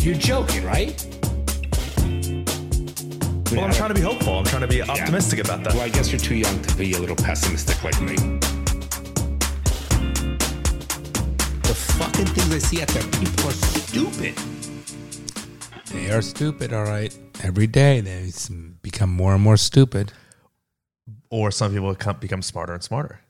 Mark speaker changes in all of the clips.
Speaker 1: You're joking, right?
Speaker 2: Well, I'm trying to be hopeful. I'm trying to be optimistic about that.
Speaker 1: Well, I guess you're too young to be a little pessimistic like me. The fucking things I see out there, people are stupid.
Speaker 3: They are stupid, all right. Every day they s- become more and more stupid.
Speaker 2: Or some people come- become smarter and smarter.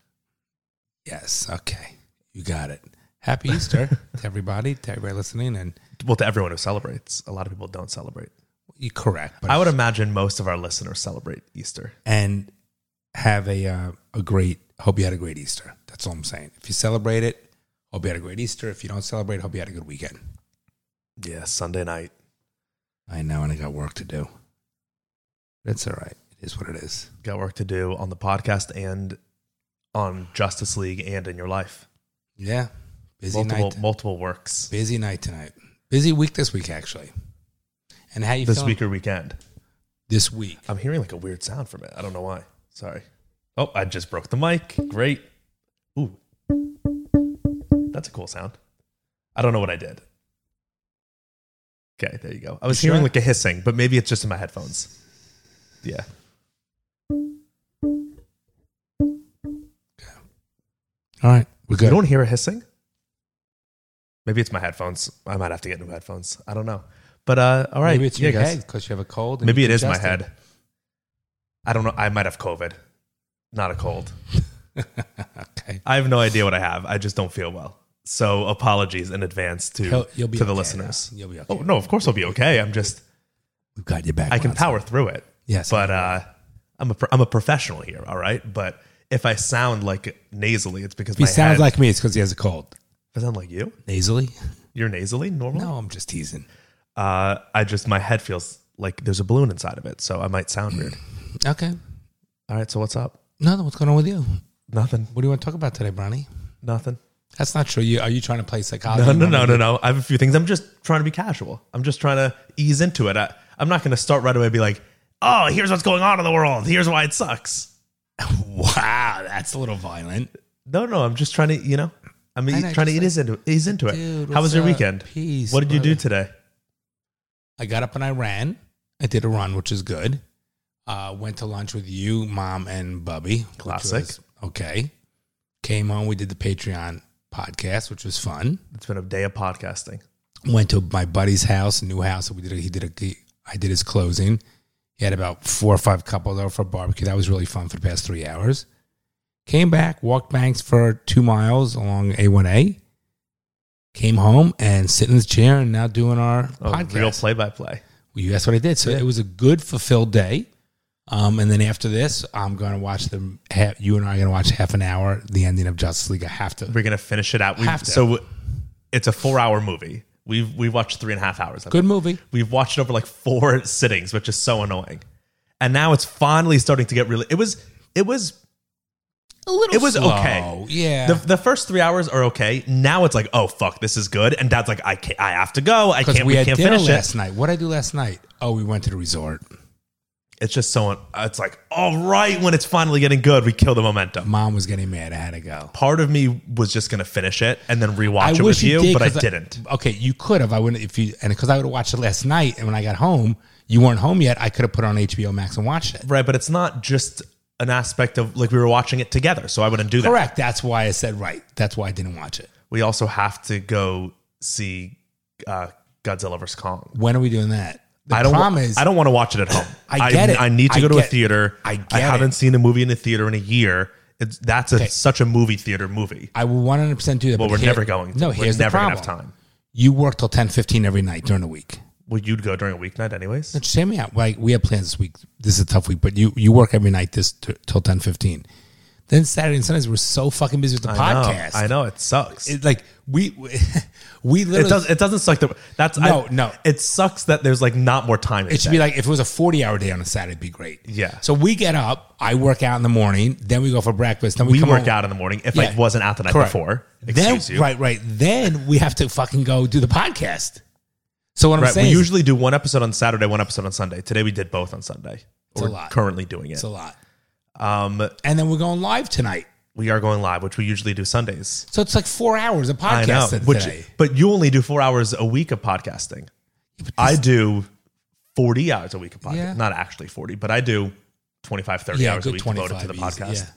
Speaker 3: Yes, okay. You got it. Happy Easter to everybody, to everybody listening. And
Speaker 2: Well, to everyone who celebrates, a lot of people don't celebrate.
Speaker 3: you correct. But
Speaker 2: I would imagine most of our listeners celebrate Easter.
Speaker 3: and have a uh, a great. Hope you had a great Easter. That's all I'm saying. If you celebrate it, hope you had a great Easter. If you don't celebrate, hope you had a good weekend.
Speaker 2: Yeah, Sunday night.
Speaker 3: I know, and I got work to do. That's all right. It is what it is.
Speaker 2: Got work to do on the podcast and on Justice League and in your life.
Speaker 3: Yeah, busy
Speaker 2: multiple
Speaker 3: night.
Speaker 2: multiple works
Speaker 3: busy night tonight. Busy week this week actually. And how you
Speaker 2: this
Speaker 3: feeling
Speaker 2: week or weekend.
Speaker 3: this week?
Speaker 2: I'm hearing like a weird sound from it. I don't know why. Sorry. Oh, I just broke the mic. Great. Ooh. That's a cool sound. I don't know what I did. Okay, there you go. I was
Speaker 3: You
Speaker 2: hearing
Speaker 3: sure?
Speaker 2: like a hissing, but maybe it's just in my headphones. Yeah.
Speaker 3: All right, we're
Speaker 2: You
Speaker 3: good.
Speaker 2: don't hear a hissing? Maybe it's my headphones. I might have to get new headphones. I don't know. But uh all right.
Speaker 3: Maybe it's
Speaker 2: Yeah,
Speaker 3: your
Speaker 2: guys.
Speaker 3: head because you have a cold. and
Speaker 2: Maybe it
Speaker 3: you're
Speaker 2: is my
Speaker 3: congested.
Speaker 2: head. I don't know. I might have COVID. Not a cold.
Speaker 3: okay.
Speaker 2: I have no idea what I have. I just don't feel well. So apologies in advance to
Speaker 3: He'll- you'll be
Speaker 2: to the
Speaker 3: okay,
Speaker 2: listeners.
Speaker 3: though. You'll be okay.
Speaker 2: Oh no, of course I'll be okay. I'm just
Speaker 3: We've got you back.
Speaker 2: I can
Speaker 3: Ron.
Speaker 2: power through it.
Speaker 3: Yes.
Speaker 2: but uh, I'm a pro- I'm a professional here. All right, but if I sound like nasally, it's because
Speaker 3: If he
Speaker 2: my
Speaker 3: sounds
Speaker 2: head-
Speaker 3: like me, it's because he has a cold.
Speaker 2: I sound like you.
Speaker 3: Nasally?
Speaker 2: You're nasally, normal.
Speaker 3: No, I'm just teasing.
Speaker 2: Uh, I just my head feels like there's a balloon inside of it, so I might sound weird.
Speaker 3: Okay.
Speaker 2: All right, so what's up?
Speaker 3: Nothing. What's going on with you?
Speaker 2: Nothing.
Speaker 3: What do you want to talk about today, Bronny?
Speaker 2: Nothing.
Speaker 3: That's not true. You are you trying to play psychology?
Speaker 2: No, no,
Speaker 3: Bronny?
Speaker 2: no, no, no. I have a few things. I'm just trying to be casual. I'm just trying to ease into it. I, I'm not going to start right away and be like, oh, here's what's going on in the world. Here's why it sucks.
Speaker 3: Wow, that's a little violent.
Speaker 2: No, no. I'm just trying to, you know, I'm e,
Speaker 3: I know,
Speaker 2: trying to
Speaker 3: just
Speaker 2: ease into, ease into it.
Speaker 3: Dude,
Speaker 2: How was
Speaker 3: what's
Speaker 2: your
Speaker 3: up?
Speaker 2: weekend?
Speaker 3: Peace,
Speaker 2: what did you do
Speaker 3: brother.
Speaker 2: today?
Speaker 3: I got up and I ran. I did a run, which is good. Uh, went to lunch with you, mom, and Bubby. which
Speaker 2: Classic.
Speaker 3: was okay. Came home. We did the Patreon podcast, which was fun.
Speaker 2: It's been a day of podcasting.
Speaker 3: Went to my buddy's house, new house. We did. A, he did a. he- I did his closing. He had about four or five couples over for barbecue. That was really fun for the past three hours. Came back, walked banks for two miles along A1A. Came home and sit in his chair and now doing our
Speaker 2: A
Speaker 3: podcast.
Speaker 2: Oh, real play by play.
Speaker 3: Well, you that's what I did. So it was a good, fulfilled day. Um, and then after this, I'm going to watch the. ha- You and I are going to watch half an hour the ending of Justice League. I have to.
Speaker 2: We're going to finish it out. We've,
Speaker 3: Have to.
Speaker 2: So it's a four hour movie. We've, we watched three and a half hours of it.
Speaker 3: Good movie.
Speaker 2: We've watched it over like four sittings, which is so annoying. And now it's finally starting to get really. It was it was
Speaker 3: A little.
Speaker 2: it was
Speaker 3: slow.
Speaker 2: okay.
Speaker 3: Yeah.
Speaker 2: The, the first three hours are okay. Now it's like, oh fuck, this is good. And Dad's like, I can't. I have to go. I
Speaker 3: because
Speaker 2: can't.
Speaker 3: we,
Speaker 2: We,
Speaker 3: had
Speaker 2: can't
Speaker 3: dinner
Speaker 2: finish
Speaker 3: last
Speaker 2: it.
Speaker 3: night. What did I do last night? Oh, we went to the resort.
Speaker 2: It's just so. It's like, all right, when it's finally getting good, we kill the momentum.
Speaker 3: Mom was getting mad. I had to go.
Speaker 2: Part of me was just gonna finish it and then rewatch
Speaker 3: I wish
Speaker 2: it with
Speaker 3: you
Speaker 2: you,
Speaker 3: did,
Speaker 2: but I
Speaker 3: 'cause I-
Speaker 2: didn't.
Speaker 3: Okay, you could have. I wouldn't if you and because I would have watched it last night. And when I got home, you weren't home yet. I could have put it on HBO Max and watched it.
Speaker 2: Right, but it's not just an aspect of like we were watching it together, so I wouldn't do that.
Speaker 3: Correct. That's why I said right. That's why I didn't watch it.
Speaker 2: We also have to go see uh, Godzilla vs Kong.
Speaker 3: When are we doing that? The
Speaker 2: I don't.
Speaker 3: problem
Speaker 2: wa-
Speaker 3: is
Speaker 2: I don't want to watch it at home.
Speaker 3: I get it.
Speaker 2: I need to
Speaker 3: I
Speaker 2: go to a
Speaker 3: get-
Speaker 2: theater.
Speaker 3: I
Speaker 2: I
Speaker 3: get
Speaker 2: haven't
Speaker 3: it.
Speaker 2: seen a movie in a theater in a year. It's, that's a, such a movie theater movie.
Speaker 3: I will 100% do that.
Speaker 2: But
Speaker 3: but
Speaker 2: we're
Speaker 3: here-
Speaker 2: never going. To.
Speaker 3: No,
Speaker 2: we're
Speaker 3: here's
Speaker 2: never
Speaker 3: the
Speaker 2: gonna
Speaker 3: problem.
Speaker 2: have time.
Speaker 3: You work till ten fifteen every night during the week.
Speaker 2: Well, you'd go during a weeknight anyways.
Speaker 3: But just hear me out. Like, we have plans this week. This is a tough week, but you, you work every night this t- till ten fifteen. Then Saturday and Sundays, we're so fucking busy with the podcast.
Speaker 2: I know, I know it sucks. It,
Speaker 3: It, like, we, we literally, it,
Speaker 2: does. It doesn't suck. That, that's I-
Speaker 3: No, no.
Speaker 2: It sucks that there's like not more time. in
Speaker 3: should
Speaker 2: the
Speaker 3: be like, if it was a 40 hour day on a Saturday, it'd be great.
Speaker 2: Yeah.
Speaker 3: So we get up, I work out in the morning, then we go for breakfast, then we,
Speaker 2: day. we
Speaker 3: come
Speaker 2: work
Speaker 3: home.
Speaker 2: out in the morning. If I
Speaker 3: Yeah.
Speaker 2: wasn't out the night
Speaker 3: Correct.
Speaker 2: before,
Speaker 3: Then,
Speaker 2: excuse you.
Speaker 3: right, right. Then we have to fucking go do the podcast. So what I'm
Speaker 2: Right,
Speaker 3: saying
Speaker 2: We
Speaker 3: is-
Speaker 2: usually do one episode on Saturday, one episode on Sunday. Today we did both on Sunday.
Speaker 3: a
Speaker 2: We're
Speaker 3: lot.
Speaker 2: currently doing it.
Speaker 3: it's a lot.
Speaker 2: Um,
Speaker 3: and then we're going live tonight.
Speaker 2: we are going live, which we usually do Sundays.
Speaker 3: So it's like four hours of podcasting
Speaker 2: Which,
Speaker 3: today.
Speaker 2: but you only do four hours a week of podcasting. I do 40 hours a week of podcast.
Speaker 3: Yeah.
Speaker 2: Not actually 40, but I do 25, 30
Speaker 3: yeah,
Speaker 2: hours a
Speaker 3: good
Speaker 2: week
Speaker 3: twenty
Speaker 2: devoted
Speaker 3: five
Speaker 2: to the podcast.
Speaker 3: Yeah.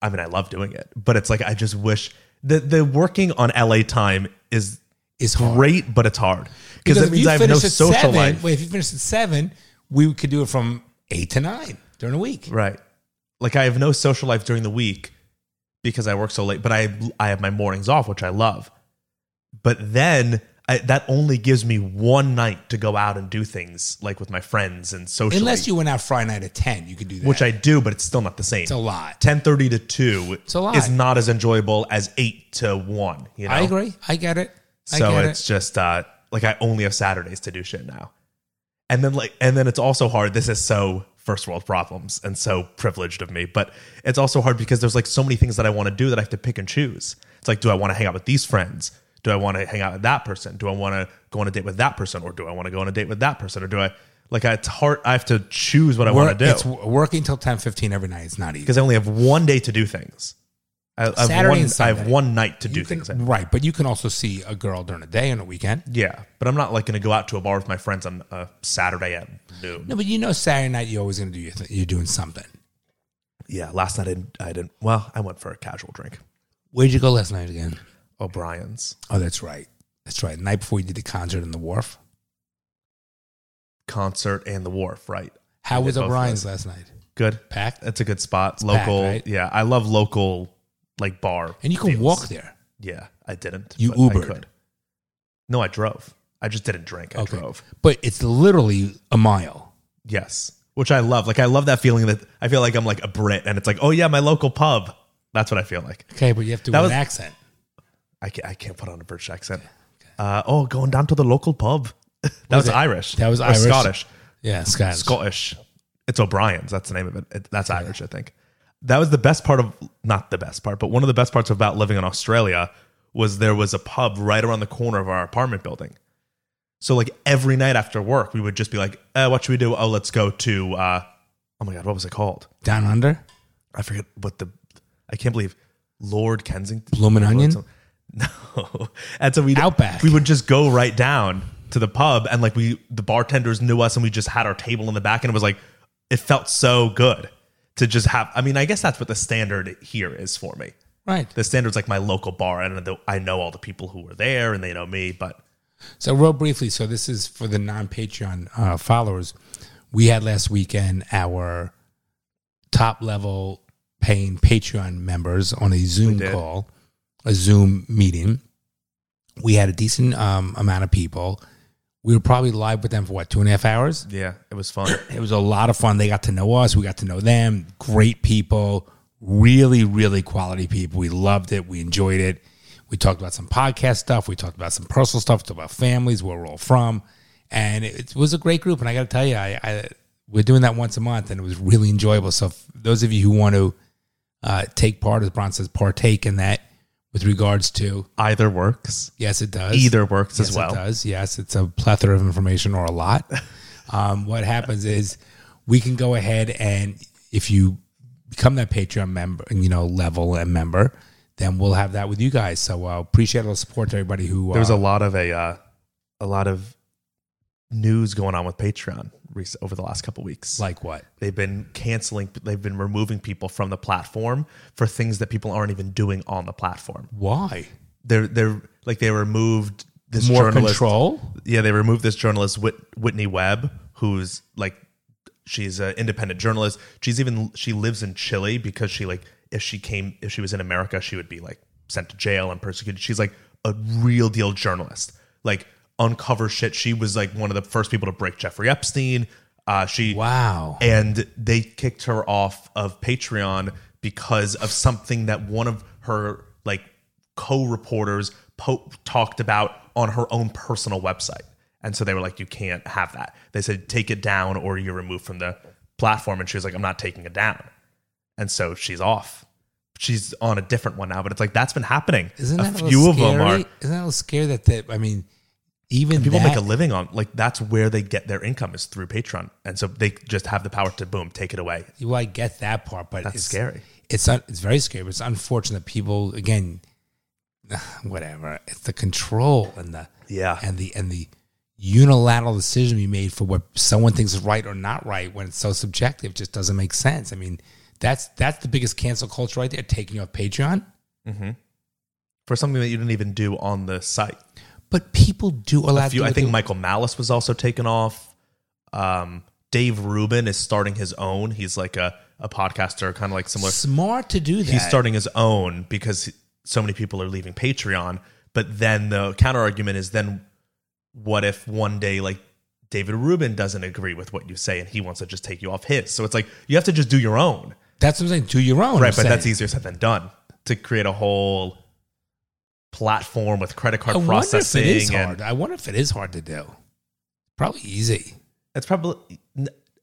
Speaker 2: I mean, I love doing it, but it's like I just wish the the working on LA time is
Speaker 3: It's hard.
Speaker 2: great, but it's hard because
Speaker 3: if
Speaker 2: that means
Speaker 3: you
Speaker 2: I have no
Speaker 3: finish at
Speaker 2: social
Speaker 3: seven,
Speaker 2: life.
Speaker 3: Wait, if you finish at seven, we could do it from eight to nine during the week.
Speaker 2: Right. Like I have no social life during the week because I work so late, but I I have my mornings off, which I love. But then I, that only gives me one night to go out and do things like with my friends and socially,
Speaker 3: Unless you went out Friday night at ten, you could do that.
Speaker 2: which I do, but it's still not the same.
Speaker 3: it's a lot.
Speaker 2: 10:30 to 2
Speaker 3: a lot.
Speaker 2: is not as enjoyable as 8 to 1, you know?
Speaker 3: I agree. I get it. I
Speaker 2: So
Speaker 3: get
Speaker 2: it's just uh, like I only have Saturdays to do shit now, and then like and then it's also hard. This is so first world problems and so privileged of me, but it's also hard because there's like so many things that I want to do that I have to pick and choose. It's like, do I want to hang out with these friends? Do I want to hang out with that person? Do I want to go on a date with that person, or do I want to go on a date with that person, or do I like it's hard? I have to choose what I
Speaker 3: it.
Speaker 2: want to
Speaker 3: It's
Speaker 2: do
Speaker 3: working till ten fifteen every night. It's not easy.
Speaker 2: because I only have one day to do things. I, I have
Speaker 3: Saturday
Speaker 2: one,
Speaker 3: and
Speaker 2: I have
Speaker 3: Sunday.
Speaker 2: one night to do
Speaker 3: You can-
Speaker 2: things.
Speaker 3: right, but you can also see a girl during the day and a weekend.
Speaker 2: Yeah, but I'm not like going to go out to a bar with my friends on a Saturday at noon.
Speaker 3: No, but you know Saturday night you're always going to do your thing. You're doing something.
Speaker 2: Yeah, last night I didn't, I didn't. Well, I went for a casual drink.
Speaker 3: Where'd you go last night again?
Speaker 2: O'Brien's
Speaker 3: Oh, that's right. That's right. Night before you did the concert in the Wharf.
Speaker 2: concert and the Wharf. Right,
Speaker 3: How
Speaker 2: We
Speaker 3: was
Speaker 2: did both of Uh,
Speaker 3: O'Brien's last night?
Speaker 2: good.
Speaker 3: Packed.
Speaker 2: That's a good spot.
Speaker 3: packed,
Speaker 2: local.
Speaker 3: right?
Speaker 2: Yeah, I love local like bar.
Speaker 3: And you can
Speaker 2: feels.
Speaker 3: walk there.
Speaker 2: Yeah, I didn't.
Speaker 3: You
Speaker 2: but
Speaker 3: Ubered.
Speaker 2: I could. No, I drove. I just didn't drink. I drove.
Speaker 3: But it's literally a mile.
Speaker 2: Yes, which I love. Like I love that feeling that I feel like I'm like a Brit, and it's like, oh yeah, my local pub. That's what I feel like.
Speaker 3: Okay, but you have to
Speaker 2: That
Speaker 3: with
Speaker 2: was-
Speaker 3: an accent.
Speaker 2: I can't, I can't put on a British accent. Uh, oh, going down to the local pub. that was
Speaker 3: it?
Speaker 2: Irish.
Speaker 3: That was
Speaker 2: Or
Speaker 3: Irish.
Speaker 2: Scottish.
Speaker 3: Yeah, Scottish.
Speaker 2: Scottish. It's O'Brien's. That's the name of it. It- that's Irish, I think. That was the best part of, not the best part, but one of the best parts about living in Australia was there was a pub right around the corner of our apartment building. So, like, every night after work, we would just be like, uh, what should we do? Oh, let's go to, uh, oh my God, what was it called?
Speaker 3: Down under.
Speaker 2: I forget what the, I can't believe Lord Kensington.
Speaker 3: Bloomin' Onion?
Speaker 2: No. And so we
Speaker 3: Outback.
Speaker 2: we would just go right down to the pub and like we the bartenders knew us and we just had our table in the back and it was like it felt so good to just have I mean I guess that's what the standard here is for me.
Speaker 3: Right.
Speaker 2: The standard's like my local bar and the- I know all the people who were there and they know me but
Speaker 3: So, real briefly, so this is for the non Patreon uh, followers. We had last weekend our top level paying Patreon members on a Zoom
Speaker 2: did.
Speaker 3: call, a Zoom meeting. We had a decent um, amount of people. We were probably live with them for what, two and a half hours?
Speaker 2: yeah, it was fun.
Speaker 3: It was a lot of fun. They got to know us. We got to know them. Great people. Really, really quality people. We loved it. We enjoyed it. We talked about some podcast stuff. We talked about some personal stuff. We talked about families, where we're all from. And it, it was a great group. And I got to tell you, I, I we're doing that once a month, and it was really enjoyable. So f- those of you who want to uh, take part, as Bron says, partake in that with regards to
Speaker 2: Either works.
Speaker 3: yes, it does
Speaker 2: Either works
Speaker 3: yes,
Speaker 2: as well.
Speaker 3: It does. Yes, it's a plethora of information or a lot. um, what happens is we can go ahead and if you become that Patreon member, you know, level and member, then we'll have that with you guys. So uh, appreciate all the support to everybody who uh,
Speaker 2: There was a lot of a uh, a lot of news going on with Patreon rec- over the last couple weeks.
Speaker 3: like what.
Speaker 2: They've been canceling, they've been removing people from the platform for things that people aren't even doing on the platform.
Speaker 3: Why
Speaker 2: They're they're like they removed this
Speaker 3: more
Speaker 2: journalist.
Speaker 3: control?
Speaker 2: Yeah, they removed this journalist Whit, Whitney Webb, who's like she's an independent journalist. She's even she lives in Chile because she like if she came if she was in America, she would be like sent to jail and persecuted. She's like a real deal journalist. Like uncover shit. She was like one of the first people to break Jeffrey Epstein. Uh, she
Speaker 3: Wow.
Speaker 2: and they kicked her off of Patreon because of something that one of her like co-reporters po- talked about on her own personal website. And so they were like, "You can't have that." They said, "Take it down, or you're removed from the platform." And she was like, "I'm not taking it down." And so she's off. She's on a different one now, but it's like that's been happening.
Speaker 3: Isn't
Speaker 2: a
Speaker 3: that a
Speaker 2: few
Speaker 3: little
Speaker 2: of
Speaker 3: scary?
Speaker 2: them are
Speaker 3: Isn't that a little scary that that I mean, even
Speaker 2: people
Speaker 3: that,
Speaker 2: make a living on like that's where they get their income is through Patreon, and so they just have the power to boom take it away.
Speaker 3: Well, I get that part, but
Speaker 2: That's
Speaker 3: it's,
Speaker 2: scary.
Speaker 3: It's un, it's very scary. But it's unfortunate that people again, whatever. It's the control and the
Speaker 2: Yeah,
Speaker 3: and the and the unilateral decision we made for what someone thinks is right or not right when it's so subjective it just doesn't make sense. I mean, that's that's the biggest cancel culture right there, taking you off Patreon.
Speaker 2: for something that you didn't even do on the site.
Speaker 3: But people do allow.
Speaker 2: A few,
Speaker 3: to do
Speaker 2: I
Speaker 3: what
Speaker 2: think
Speaker 3: they-
Speaker 2: Michael Malice was also taken off. Um, Dave Rubin is starting his own. He's like a, a podcaster, kind of like similar.
Speaker 3: smart to do that.
Speaker 2: He's starting his own because he- so many people are leaving Patreon. But then the counter argument is then what if one day like David Rubin doesn't agree with what you say and he wants to just take you off his? So it's like you have to just do your own.
Speaker 3: That's what I'm saying. Do your own. I'm
Speaker 2: Right, but that's
Speaker 3: saying.
Speaker 2: easier said than done to create a whole platform with credit card
Speaker 3: I wonder if
Speaker 2: processing
Speaker 3: it is
Speaker 2: and
Speaker 3: hard. I wonder if it is hard to do. Probably easy.
Speaker 2: it's probably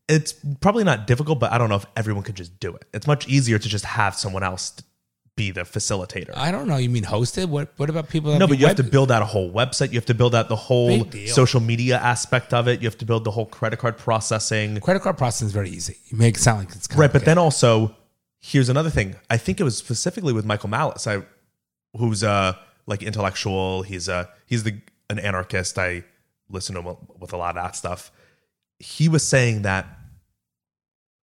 Speaker 2: it's probably not difficult, but I don't know if everyone could just do it. It's much easier to just have someone else t- be the facilitator.
Speaker 3: I don't know. You mean hosted? What What about people? That
Speaker 2: no, but you have to
Speaker 3: Uh, web-
Speaker 2: build out a whole website. You have to build out the whole
Speaker 3: Big deal.
Speaker 2: social media aspect of it. You have to build the whole credit card processing.
Speaker 3: Credit card processing is very easy. You make it sound like it's
Speaker 2: Right, but
Speaker 3: complicated.
Speaker 2: then also here's another thing. I think it was specifically with Michael Malice, I, who's uh like intellectual. He's a he's the an anarchist. I listen to him with a lot of that stuff. He was saying that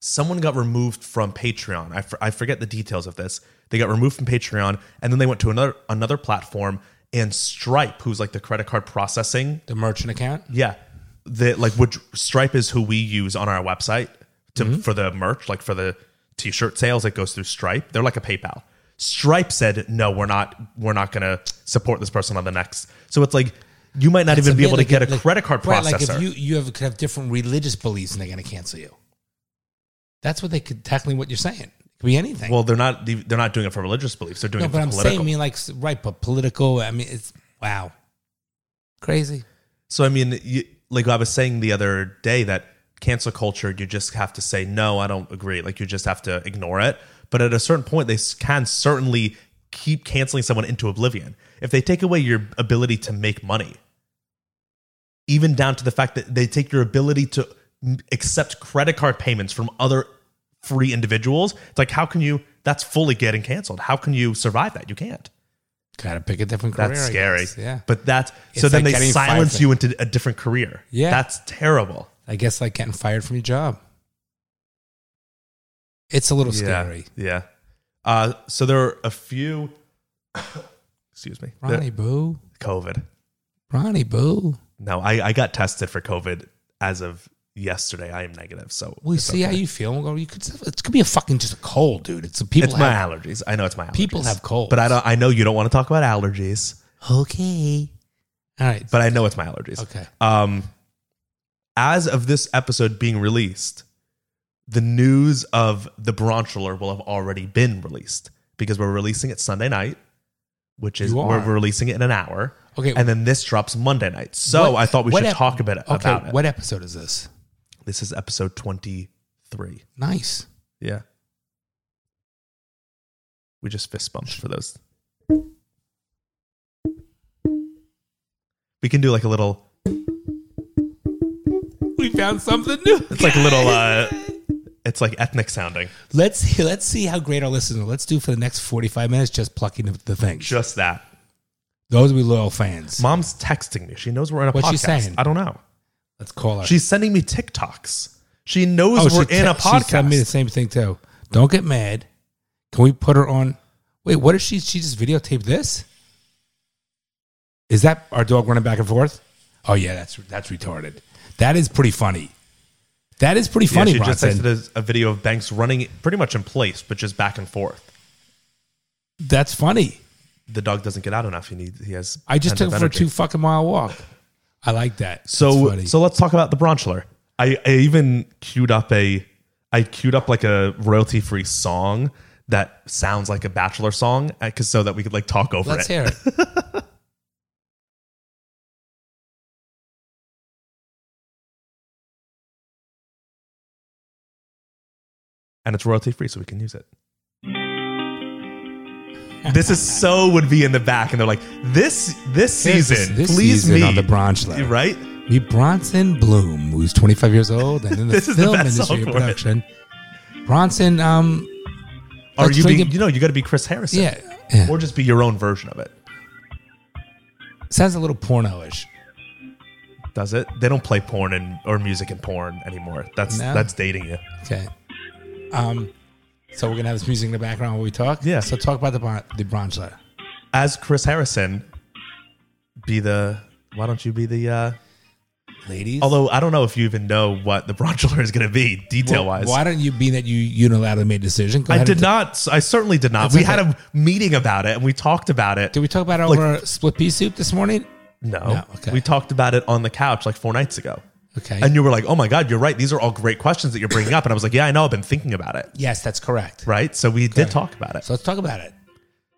Speaker 2: someone got removed from Patreon. I, for, I forget the details of this. They got removed from Patreon, and then they went to another another platform. And Stripe, who's like the credit card processing
Speaker 3: the merchant account.
Speaker 2: yeah. The like which Stripe is who we use on our website to
Speaker 3: Mm-hmm.
Speaker 2: for the merch, like for the t-shirt sales that goes through Stripe. They're like a PayPal. Stripe said, "No, we're not we're not going to support this person on the next." So it's like you might not even be able to get a credit card
Speaker 3: right,
Speaker 2: processor.
Speaker 3: Like if you you have, could have different religious beliefs and they're going to cancel you. That's what they could technically what you're saying. It could be anything.
Speaker 2: well, they're not they're not doing it for religious beliefs. They're doing
Speaker 3: no,
Speaker 2: it
Speaker 3: but
Speaker 2: for
Speaker 3: I'm
Speaker 2: political.
Speaker 3: saying, I mean, like right, but political. I mean, it's wow, crazy.
Speaker 2: So I mean, you, like I was saying the other day, that cancel culture, you just have to say no, I don't agree. Like you just have to ignore it. But at a certain point, they s- can certainly keep canceling someone into oblivion if they take away your ability to make money, even down to the fact that they take your ability to m- accept credit card payments from other free individuals. It's like how can you? That's fully getting canceled. How can you survive that? You can't.
Speaker 3: Got to pick a different career.
Speaker 2: That's
Speaker 3: I
Speaker 2: scary.
Speaker 3: guess. Yeah,
Speaker 2: But that's so
Speaker 3: It's
Speaker 2: then
Speaker 3: like
Speaker 2: they
Speaker 3: getting fired
Speaker 2: silence
Speaker 3: from-
Speaker 2: you into a different career.
Speaker 3: Yeah.
Speaker 2: That's terrible.
Speaker 3: I guess like getting fired from your job. It's a little scary.
Speaker 2: Yeah. yeah. Uh, so there are a few. excuse me. The-
Speaker 3: Ronnie Boo.
Speaker 2: COVID.
Speaker 3: Ronnie Boo.
Speaker 2: No, I, I got tested for COVID as of yesterday. I am negative. So
Speaker 3: We
Speaker 2: it's
Speaker 3: see
Speaker 2: okay.
Speaker 3: how you feel. We'll go, you could, it could be a fucking just a cold, dude. It's people.
Speaker 2: It's my
Speaker 3: have-
Speaker 2: allergies. I know it's my allergies.
Speaker 3: People have colds.
Speaker 2: But I don't. I know you don't want to talk about allergies.
Speaker 3: okay. All right.
Speaker 2: But I know it's my allergies.
Speaker 3: okay.
Speaker 2: Um, as of this episode being released, the news of the Bronchular will have already been released because we're releasing it Sunday night, which is
Speaker 3: You
Speaker 2: we're
Speaker 3: are.
Speaker 2: we're releasing it in an hour.
Speaker 3: Okay.
Speaker 2: And then this drops Monday night. So
Speaker 3: What-
Speaker 2: I thought we
Speaker 3: what
Speaker 2: should
Speaker 3: ep-
Speaker 2: talk a bit about
Speaker 3: Okay.
Speaker 2: it.
Speaker 3: What episode is this?
Speaker 2: This is episode 23.
Speaker 3: Nice.
Speaker 2: Yeah. We just fist bumped for those. We can do like a little,
Speaker 3: We found something new.
Speaker 2: it's like a little, uh, it's like ethnic sounding.
Speaker 3: Let's see. Let's see how great our listeners. are. Let's do for the next forty-five minutes just plucking the, the thing.
Speaker 2: Just that.
Speaker 3: Those will be loyal fans.
Speaker 2: Mom's texting me. She knows we're in a
Speaker 3: What's
Speaker 2: podcast.
Speaker 3: she saying?
Speaker 2: I don't know.
Speaker 3: Let's call her.
Speaker 2: She's sending me TikToks. She knows
Speaker 3: Oh, she
Speaker 2: we're
Speaker 3: te-
Speaker 2: in a
Speaker 3: She sent
Speaker 2: podcast.
Speaker 3: me the same thing too. Don't get mad. Can we put her on? Wait, what is she? She just videotaped this. Is that our dog running back and forth? Oh yeah, that's that's retarded. That is pretty funny. That is pretty
Speaker 2: Yeah,
Speaker 3: funny,
Speaker 2: she just
Speaker 3: Bronson.
Speaker 2: texted us a video of Banks running pretty much in place, but just back and forth.
Speaker 3: that's funny.
Speaker 2: The dog doesn't get out enough. He needs. He has.
Speaker 3: I just took
Speaker 2: pent-up
Speaker 3: him for a
Speaker 2: energy.
Speaker 3: two fucking mile walk. I like that. That's
Speaker 2: So
Speaker 3: funny.
Speaker 2: so let's talk about the Bronchler. I, I even queued up a I queued up like a royalty free song that sounds like a bachelor song because so that we could like talk over
Speaker 3: let's
Speaker 2: it.
Speaker 3: hear it.
Speaker 2: and it's royalty free, so we can use it. this is so would be in the back, and they're like, "This this
Speaker 3: Here's
Speaker 2: season,
Speaker 3: this- this
Speaker 2: please
Speaker 3: season
Speaker 2: me
Speaker 3: on the branch letter.
Speaker 2: right?"
Speaker 3: Meet Bronson Bloom, who's 25 years old and in the
Speaker 2: This is the
Speaker 3: film
Speaker 2: best song
Speaker 3: industry and
Speaker 2: for it.
Speaker 3: production. Bronson, um,
Speaker 2: Are
Speaker 3: Let's
Speaker 2: you
Speaker 3: drink
Speaker 2: being,
Speaker 3: it-
Speaker 2: you know you got to be Chris Harrison,
Speaker 3: yeah, yeah.
Speaker 2: or just be your own version of it.
Speaker 3: sounds a little porno-ish.
Speaker 2: Does it? They don't play porn and or music and porn anymore. That's
Speaker 3: No.
Speaker 2: that's dating you.
Speaker 3: Okay. Um, so we're gonna have this music in the background while we talk.
Speaker 2: Yeah.
Speaker 3: So talk about the Bron- the bronze letter.
Speaker 2: As Chris Harrison, be the why don't you be the uh
Speaker 3: ladies.
Speaker 2: although I don't know if you even know what the bronchular is gonna be detail wise.
Speaker 3: why don't you be that you unilaterally made a decision? Go
Speaker 2: I
Speaker 3: ahead
Speaker 2: did
Speaker 3: and-
Speaker 2: not I certainly did not.
Speaker 3: That's
Speaker 2: We
Speaker 3: okay.
Speaker 2: had a meeting about it and we talked about it.
Speaker 3: Did we talk about it
Speaker 2: Look-
Speaker 3: over split pea soup this morning?
Speaker 2: No.
Speaker 3: No, okay.
Speaker 2: We talked about it on the couch like four nights ago.
Speaker 3: Okay.
Speaker 2: And you were like, oh my God, you're right. These are all great questions that you're bringing up. And I was like, yeah, I know. I've been thinking about it.
Speaker 3: yes, that's correct.
Speaker 2: Right. So we did talk about it.
Speaker 3: So let's talk about it.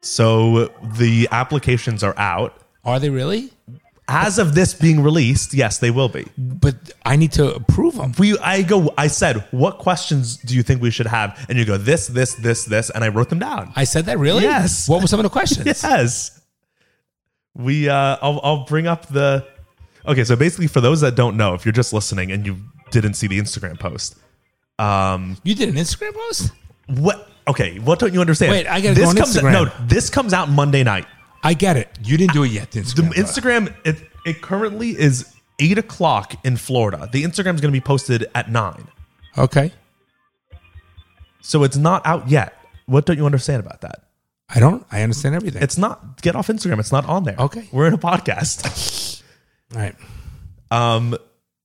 Speaker 2: So the applications are out.
Speaker 3: Are they really?
Speaker 2: As of this being released, yes, they will be.
Speaker 3: But I need to approve them.
Speaker 2: We, I go, I said, what questions do you think we should have? And you go, this, this, this, this. And I wrote them down.
Speaker 3: I said that really?
Speaker 2: Yes.
Speaker 3: What were some of the questions?
Speaker 2: Yes. We uh I'll I'll bring up the Okay, so basically for those that don't know, if you're just listening and you didn't see the Instagram post. Um
Speaker 3: You did an Instagram post?
Speaker 2: what okay, what don't you understand?
Speaker 3: Wait, I gotta go
Speaker 2: this
Speaker 3: on
Speaker 2: comes
Speaker 3: Instagram.
Speaker 2: no, this comes out Monday night.
Speaker 3: I get it. You didn't do it yet. The
Speaker 2: The
Speaker 3: Instagram. post.
Speaker 2: Instagram it it currently is eight o'clock in Florida. The Instagram's gonna be posted at nine.
Speaker 3: Okay.
Speaker 2: So it's not out yet. What don't you understand about that?
Speaker 3: I don't. I understand everything.
Speaker 2: It's not get off Instagram. It's not on there.
Speaker 3: Okay.
Speaker 2: We're in a podcast.
Speaker 3: All right.
Speaker 2: Um,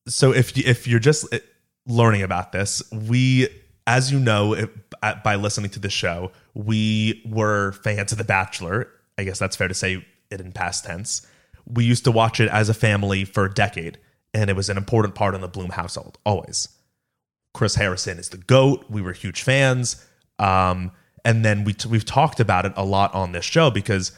Speaker 2: so if you, if you're just eh, learning about this, we, as you know, it, at- by listening to the show, we were fans of The Bachelor. I guess that's fair to say it in past tense. We used to watch it as a family for a decade, and it was an important part in the Bloom household always. Chris Harrison is the goat. We were huge fans, um, and then we t- we've talked about it a lot on this show because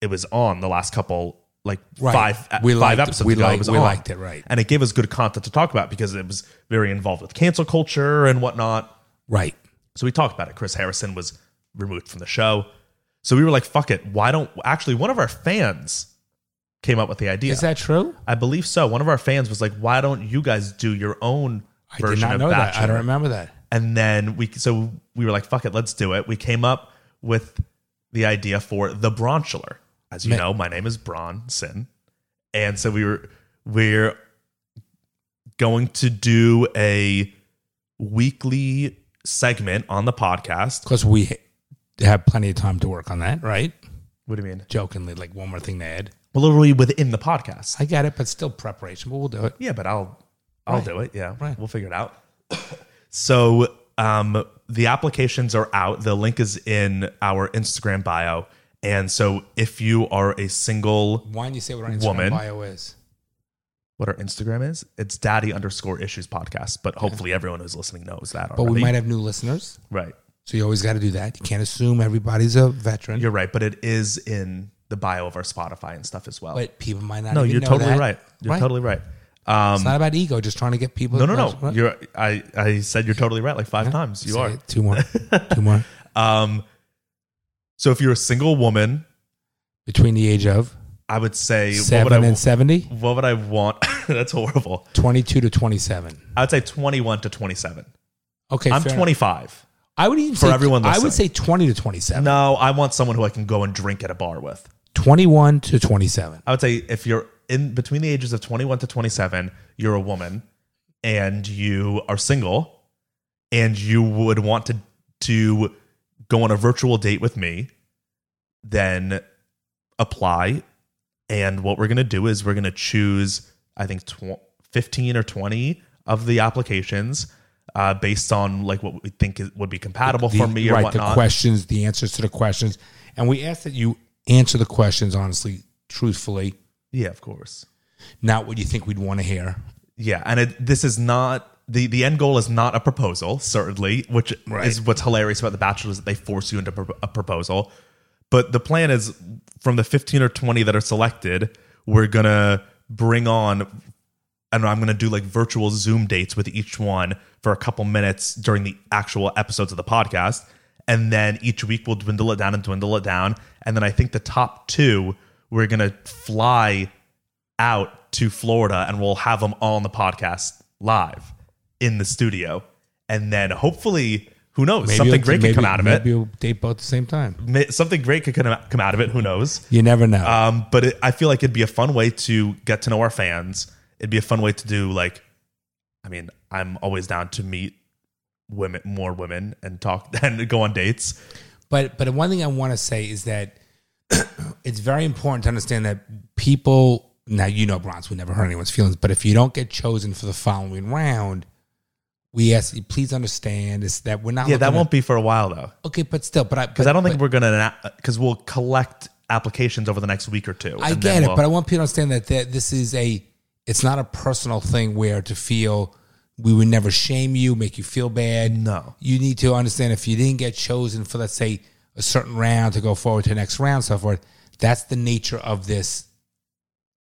Speaker 2: it was on the last couple like
Speaker 3: Right.
Speaker 2: five uh,
Speaker 3: we
Speaker 2: five
Speaker 3: liked,
Speaker 2: episodes
Speaker 3: we
Speaker 2: ago. it
Speaker 3: liked,
Speaker 2: was
Speaker 3: we
Speaker 2: on.
Speaker 3: liked it, right?
Speaker 2: and it gave us good content to talk about because it was very involved with cancel culture and whatnot.
Speaker 3: Right.
Speaker 2: So we talked about it. Chris Harrison was removed from the show, so we were like, "Fuck it, why don't?" Actually, one of our fans came up with the idea.
Speaker 3: Is that true?
Speaker 2: I believe so. One of our fans was like, "Why don't you guys do your own
Speaker 3: I
Speaker 2: version
Speaker 3: did not
Speaker 2: of
Speaker 3: know
Speaker 2: Bachelor?"
Speaker 3: that. I don't remember that.
Speaker 2: And then we, so we were like, "Fuck it, let's do it." We came up with the idea for the Bronchular. As you
Speaker 3: Ma-
Speaker 2: know, my name is Bronson, and so we were we're going to do a weekly segment on the podcast.
Speaker 3: Because we have plenty of time to work on that, right?
Speaker 2: What do you mean?
Speaker 3: Jokingly, like one more thing to add.
Speaker 2: Well, literally within the podcast.
Speaker 3: I get it, but still preparation. But we'll do it.
Speaker 2: Yeah, but I'll I'll
Speaker 3: Right.
Speaker 2: do it. Yeah,
Speaker 3: Right.
Speaker 2: we'll figure it out. so um, the applications are out. The link is in our Instagram bio. And so if you are a single,
Speaker 3: Why don't you say what our Instagram
Speaker 2: Woman.
Speaker 3: bio is?
Speaker 2: what our Instagram is, it's daddy underscore issues podcast. But hopefully everyone who's listening knows that
Speaker 3: But
Speaker 2: already.
Speaker 3: we might have new listeners,
Speaker 2: right.
Speaker 3: so you always got to do that. You can't assume everybody's a veteran,
Speaker 2: You're right. But it is in the bio of our Spotify and stuff as well.
Speaker 3: but people might not.
Speaker 2: no,
Speaker 3: even
Speaker 2: you're
Speaker 3: know
Speaker 2: totally
Speaker 3: that.
Speaker 2: right. You're
Speaker 3: Right.
Speaker 2: totally right. Um,
Speaker 3: It's not about ego, just trying to get people.
Speaker 2: no, no, no. You're I, I said you're totally right like five times. You
Speaker 3: Say
Speaker 2: are.
Speaker 3: it. two more, two more
Speaker 2: Um, so if you're a single woman,
Speaker 3: between the age of
Speaker 2: I would say what
Speaker 3: seven
Speaker 2: would I,
Speaker 3: and 70,
Speaker 2: what would I want? That's horrible.
Speaker 3: 22 to twenty-seven.
Speaker 2: I would say 21 to 27.
Speaker 3: Okay,
Speaker 2: I'm
Speaker 3: fair enough.
Speaker 2: 25.
Speaker 3: I would even
Speaker 2: for
Speaker 3: say,
Speaker 2: everyone
Speaker 3: I would say
Speaker 2: listening.
Speaker 3: twenty to twenty-seven.
Speaker 2: No, I want someone who I can go and drink at a bar with.
Speaker 3: Twenty-one to twenty-seven.
Speaker 2: I would say if you're in between the ages of 21 to 27, you're a woman and you are single and you would want to to go on a virtual date with me, then apply and what we're going to do is we're going to choose I think tw- 15 or 20 of the applications uh, based on like what we think is, would be compatible for
Speaker 3: The-
Speaker 2: me or
Speaker 3: right, the
Speaker 2: whatnot.
Speaker 3: questions, the answers to the questions, and we ask that you answer the questions honestly, truthfully,
Speaker 2: yeah, of course.
Speaker 3: not what you think we'd want to hear.
Speaker 2: Yeah, and it, this is not the the end goal is not a proposal, certainly, which
Speaker 3: Right.
Speaker 2: is what's hilarious about the Bachelor is that they force you into pro- a proposal. But the plan is from the fifteen or twenty that are selected, we're gonna bring on. And I'm going to do like virtual Zoom dates with each one for a couple minutes during the actual episodes of the podcast. And then each week we'll dwindle it down and dwindle it down. And then I think the top two, we're going to fly out to Florida and we'll have them on the podcast live in the studio. And then hopefully Who knows?
Speaker 3: Maybe
Speaker 2: something
Speaker 3: you'll-
Speaker 2: great
Speaker 3: maybe-
Speaker 2: could come out of it.
Speaker 3: Maybe you'll date both at the same time.
Speaker 2: Ma- Something great could come come out of it. Who knows?
Speaker 3: You never know.
Speaker 2: Um, but it, I feel like it'd be a fun way to get to know our fans. It'd be a fun way to do like, I mean, I'm always down to meet women, more women, and talk and go on dates.
Speaker 3: But but one thing I want to say is that it's very important to understand that people now you know Bronx would never hurt anyone's feelings, but if you don't get chosen for the following round, we ask you please understand is that we're not
Speaker 2: Yeah, that
Speaker 3: looking
Speaker 2: won't be for a while though,
Speaker 3: at- okay, but still, but I
Speaker 2: because I don't think we're gonna because we'll collect applications over the next week or two.
Speaker 3: I
Speaker 2: and then
Speaker 3: get it,
Speaker 2: we'll-
Speaker 3: but I want people to understand that, that this is a it's not a personal thing where to feel we would never shame you, make you feel bad.
Speaker 2: No.
Speaker 3: You need to understand if you didn't get chosen for let's say a certain round to go forward to the next round, so forth, that's the nature of this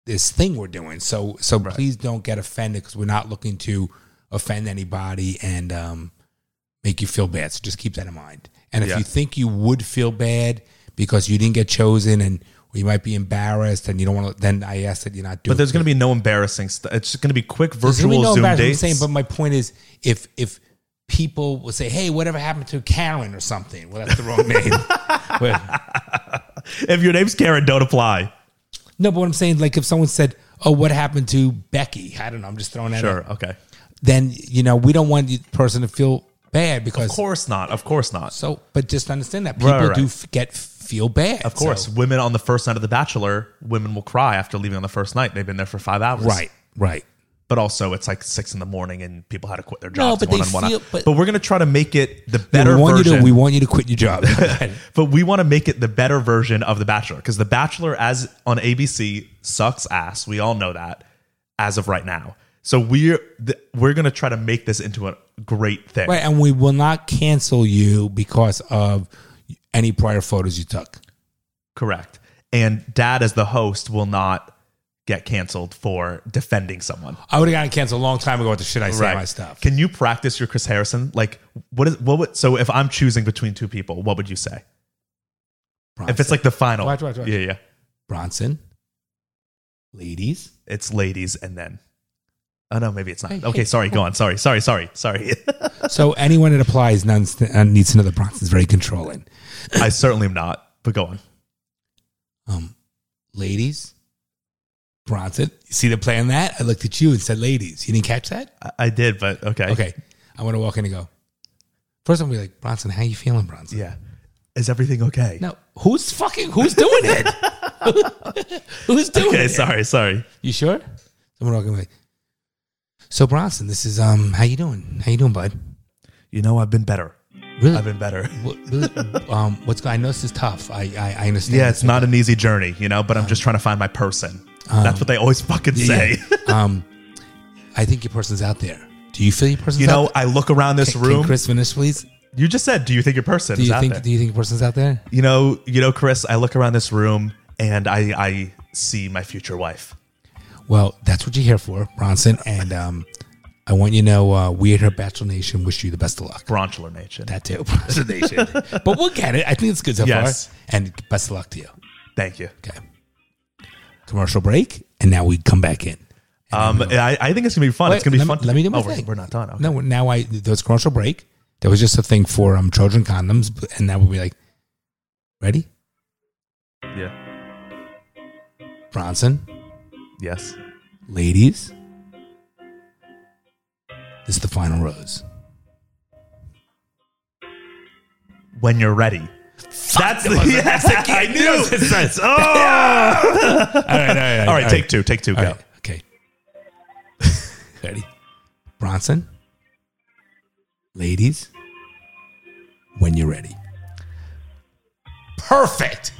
Speaker 3: this thing we're doing. So so please don't get offended because we're not looking to offend anybody and um make you feel bad. So just keep that in mind. And if
Speaker 2: Yeah.
Speaker 3: you think you would feel bad because you didn't get chosen and or you might be embarrassed and you don't want to, then I ask that you're not doing.
Speaker 2: but there's gonna be no embarrassing stuff. It's just gonna be quick
Speaker 3: There's gonna
Speaker 2: virtual
Speaker 3: no
Speaker 2: Zoom
Speaker 3: embarrassment. I'm
Speaker 2: dates.
Speaker 3: saying, but my point is, if if people will say, "Hey, whatever happened to Karen or something?" Well, that's the wrong name. Well,
Speaker 2: if your name's Karen, don't apply.
Speaker 3: no, but what I'm saying, like, if someone said, "Oh, what happened to Becky?" I don't know. I'm just throwing that. out.
Speaker 2: Sure. Okay.
Speaker 3: Then you know we don't want the person to feel bad
Speaker 2: Of
Speaker 3: because
Speaker 2: course not. Of course not.
Speaker 3: so. But just understand that people
Speaker 2: Right, right,
Speaker 3: do
Speaker 2: right.
Speaker 3: f- get feel bad.
Speaker 2: Of course, women on the first night of The Bachelor, women will cry after leaving on the first night. They've been there for five hours,
Speaker 3: Right. Right.
Speaker 2: But also, it's like six in the morning, and people had to quit their jobs.
Speaker 3: but they
Speaker 2: one-on-one.
Speaker 3: feel- but-
Speaker 2: we're going to try to make it the
Speaker 3: Yeah,
Speaker 2: better
Speaker 3: we want
Speaker 2: version.
Speaker 3: You to, we want you to quit your job.
Speaker 2: but we want to make it the better version of The Bachelor because The Bachelor, as on ABC, sucks ass. We all know that as of right now. So we're th- we're going to try to make this into a great thing.
Speaker 3: right, and we will not cancel you because of any prior photos you took.
Speaker 2: Correct. And Dad, as the host, will not get canceled for defending someone.
Speaker 3: I would have gotten canceled a long time ago with the shit I say my stuff.
Speaker 2: Can you practice your Chris Harrison? Like, what is what would so if I'm choosing between two people, what would you say? If it's like the final,
Speaker 3: Watch, watch, watch.
Speaker 2: yeah, yeah,
Speaker 3: Bronson, ladies,
Speaker 2: it's ladies and then. Oh no, maybe it's not. Okay, sorry. Go on. Sorry, sorry, sorry, sorry.
Speaker 3: so anyone that applies none, uh, needs to know that Bronson's very controlling.
Speaker 2: I certainly am not. But go on.
Speaker 3: Um, ladies, Bronson, you see the plan that I looked at you and said, "Ladies," you didn't catch that.
Speaker 2: I, I did, but okay,
Speaker 3: Okay, I want to walk in and go. First, I'm gonna be like, Bronson, how you feeling, Bronson?
Speaker 2: yeah. Is everything okay?
Speaker 3: No, who's fucking who's doing it? who's doing
Speaker 2: Okay,
Speaker 3: it?
Speaker 2: sorry, sorry.
Speaker 3: You sure? Someone walking away. So Bronson, this is um, how you doing? How you doing, bud?
Speaker 2: You know, I've been better.
Speaker 3: Really?
Speaker 2: I've been better.
Speaker 3: what, really, um, what's going? I know this is tough. I I, I understand.
Speaker 2: Yeah, it's not an easy journey, you know. But I'm just trying to find my person. That's what they always fucking say.
Speaker 3: um, I think your person's out there. Do you feel your person's
Speaker 2: You
Speaker 3: out
Speaker 2: know,
Speaker 3: there?
Speaker 2: I look around this
Speaker 3: Can-
Speaker 2: room.
Speaker 3: Can Chris finish, please?
Speaker 2: You just said, "Do you think your person
Speaker 3: Do
Speaker 2: is
Speaker 3: you
Speaker 2: out
Speaker 3: think?
Speaker 2: there?"
Speaker 3: Do you think your person's out there?
Speaker 2: you know, you know, Chris. I look around this room and I, I see my future wife.
Speaker 3: Well, that's what you're here for, Bronson. And um, I want you to know uh, we at her Bachelor Nation wish you the best of luck.
Speaker 2: Bronchular Nation.
Speaker 3: That too, Bronson Nation. but we'll get it. I think it's good so
Speaker 2: Yes.
Speaker 3: far. And best of luck to you.
Speaker 2: Thank you.
Speaker 3: Okay. Commercial break, and now we come back in.
Speaker 2: Um, I, I think it's gonna be fun. it's
Speaker 3: Wait,
Speaker 2: gonna be
Speaker 3: let
Speaker 2: fun.
Speaker 3: Me,
Speaker 2: to
Speaker 3: let me do my
Speaker 2: oh,
Speaker 3: thing.
Speaker 2: We're, we're not done. Okay.
Speaker 3: No, now I there's commercial break. There was just a thing for um Trojan condoms, and now we'll be like, ready,
Speaker 2: Yeah.
Speaker 3: Bronson,
Speaker 2: Yes.
Speaker 3: ladies. This is the final rose.
Speaker 2: When you're ready. That's the. Yes, I knew. oh.
Speaker 3: All right, all right,
Speaker 2: All right. Take two. Take two. Go.
Speaker 3: All right, okay. Ready? Bronson? Ladies? When you're ready. Perfect!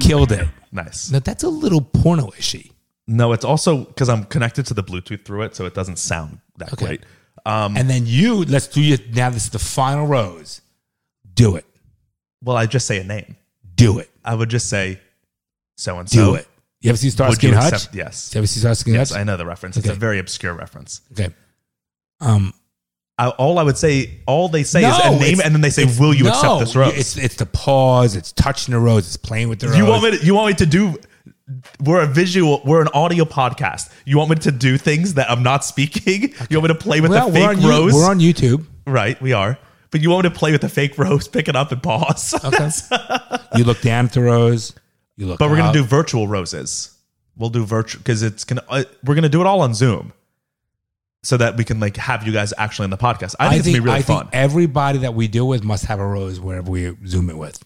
Speaker 3: Killed it.
Speaker 2: Nice.
Speaker 3: Now that's a little porno ishy.
Speaker 2: No, it's also because I'm connected to the Bluetooth through it, so it doesn't sound that
Speaker 3: Okay.
Speaker 2: great. Um,
Speaker 3: And then you, let's do your, now this is the final rose. Do it.
Speaker 2: well, I just say a name.
Speaker 3: Do it.
Speaker 2: I would just say so and
Speaker 3: Do
Speaker 2: so.
Speaker 3: it. You ever see
Speaker 2: Would
Speaker 3: Starsky
Speaker 2: you
Speaker 3: and Hutch?
Speaker 2: accept? Yes.
Speaker 3: You ever see Starsky and
Speaker 2: Yes,
Speaker 3: Hutch?
Speaker 2: I know the reference. It's
Speaker 3: Okay.
Speaker 2: a very obscure reference.
Speaker 3: Okay. Um,
Speaker 2: I, all I would say, all they say
Speaker 3: No,
Speaker 2: is a name,
Speaker 3: it's-
Speaker 2: and then they say, "Will you accept this
Speaker 3: road?
Speaker 2: rose?"
Speaker 3: It's, it's the pause, it's touching the rose, it's playing with the rose.
Speaker 2: you want me? To, you want me to do? We're a visual. We're an audio podcast. You want me to do things that I'm not speaking? You want me to play with
Speaker 3: Well,
Speaker 2: the fake
Speaker 3: on, You-
Speaker 2: rose?
Speaker 3: We're on YouTube.
Speaker 2: right, we are. But you want me to play with the fake rose, pick it up and pause.
Speaker 3: Okay. you look down at the rose. You look.
Speaker 2: but we're
Speaker 3: up.
Speaker 2: gonna do virtual roses. We'll do virtual because it's gonna. Uh, we're gonna do it all on Zoom, so that we can like have you guys actually on the podcast. I think it's gonna be really
Speaker 3: I
Speaker 2: fun.
Speaker 3: Think everybody that we deal with must have a rose wherever we zoom it with.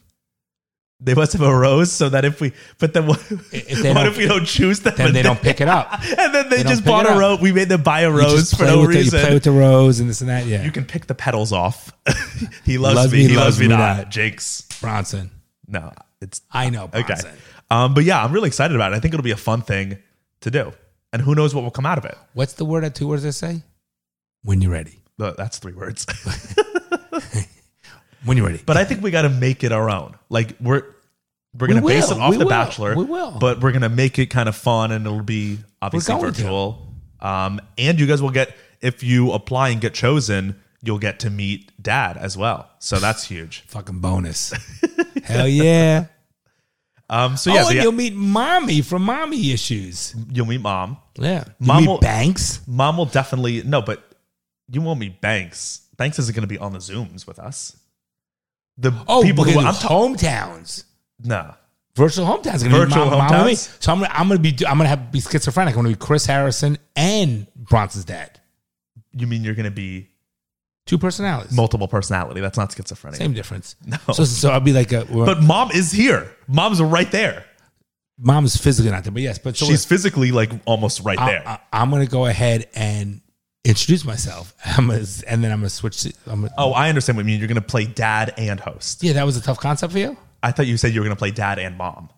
Speaker 2: they must have a rose, so that if we, but then what?
Speaker 3: If they
Speaker 2: what
Speaker 3: don't-
Speaker 2: if we don't choose them?
Speaker 3: Then
Speaker 2: and
Speaker 3: they don't pick it up.
Speaker 2: And then they,
Speaker 3: they don't
Speaker 2: just
Speaker 3: pick
Speaker 2: bought
Speaker 3: it
Speaker 2: a
Speaker 3: up.
Speaker 2: rose. We made them buy a
Speaker 3: You
Speaker 2: rose
Speaker 3: just
Speaker 2: for
Speaker 3: play
Speaker 2: no
Speaker 3: with it,
Speaker 2: reason.
Speaker 3: you play with the rose and this and that. Yeah,
Speaker 2: you can pick the petals off. he loves me. He loves me not. Jake's
Speaker 3: Bronson.
Speaker 2: no. It's
Speaker 3: I know
Speaker 2: okay.
Speaker 3: Bronson.
Speaker 2: Um, but yeah, I'm really excited about it. I think it'll be a fun thing to do, and who knows what will come out of it.
Speaker 3: What's the word at two words that say? When you're ready.
Speaker 2: But That's three words.
Speaker 3: When you're ready.
Speaker 2: But I think we got to make it our own. Like we're we're gonna
Speaker 3: will.
Speaker 2: base it off
Speaker 3: We
Speaker 2: The
Speaker 3: will.
Speaker 2: Bachelor.
Speaker 3: We will.
Speaker 2: But we're gonna make it kind of fun, and it'll be obviously
Speaker 3: We're going to.
Speaker 2: virtual. Um, and you guys will get if you apply and get chosen, you'll get to meet Dad as well. So that's huge.
Speaker 3: Fucking bonus. Hell yeah.
Speaker 2: Um, so yeah,
Speaker 3: oh,
Speaker 2: so
Speaker 3: and
Speaker 2: yeah,
Speaker 3: you'll
Speaker 2: you'll,
Speaker 3: meet mommy from mommy issues.
Speaker 2: meet Mom.
Speaker 3: Yeah. You
Speaker 2: Mom
Speaker 3: meet
Speaker 2: will-
Speaker 3: Banks.
Speaker 2: Mom will definitely no, but you won't meet Banks. Banks isn't gonna be on the Zooms with us. The
Speaker 3: Oh,
Speaker 2: people who
Speaker 3: I'm
Speaker 2: I'm talking
Speaker 3: hometowns.
Speaker 2: no.
Speaker 3: Virtual hometowns. Gonna
Speaker 2: Virtual
Speaker 3: be my, my- my-
Speaker 2: hometowns?
Speaker 3: so I'm gonna, I'm gonna be I'm gonna have be schizophrenic. I'm gonna be Chris Harrison and Bronson's dad.
Speaker 2: You mean you're gonna be
Speaker 3: Two personalities.
Speaker 2: multiple personality? That's not schizophrenia.
Speaker 3: Same difference.
Speaker 2: No.
Speaker 3: So, so I'll be like a
Speaker 2: But mom is here. Mom's right there.
Speaker 3: mom's physically not there, but yes, but so
Speaker 2: She's physically like almost right
Speaker 3: I,
Speaker 2: there.
Speaker 3: am gonna go ahead and introduce myself. I'm gonna, and then I'm gonna switch. To, I'm gonna,
Speaker 2: oh, I understand what you mean. You're going to play dad and host.
Speaker 3: yeah, that was a tough concept for you.
Speaker 2: I thought you said you were going to play dad and mom.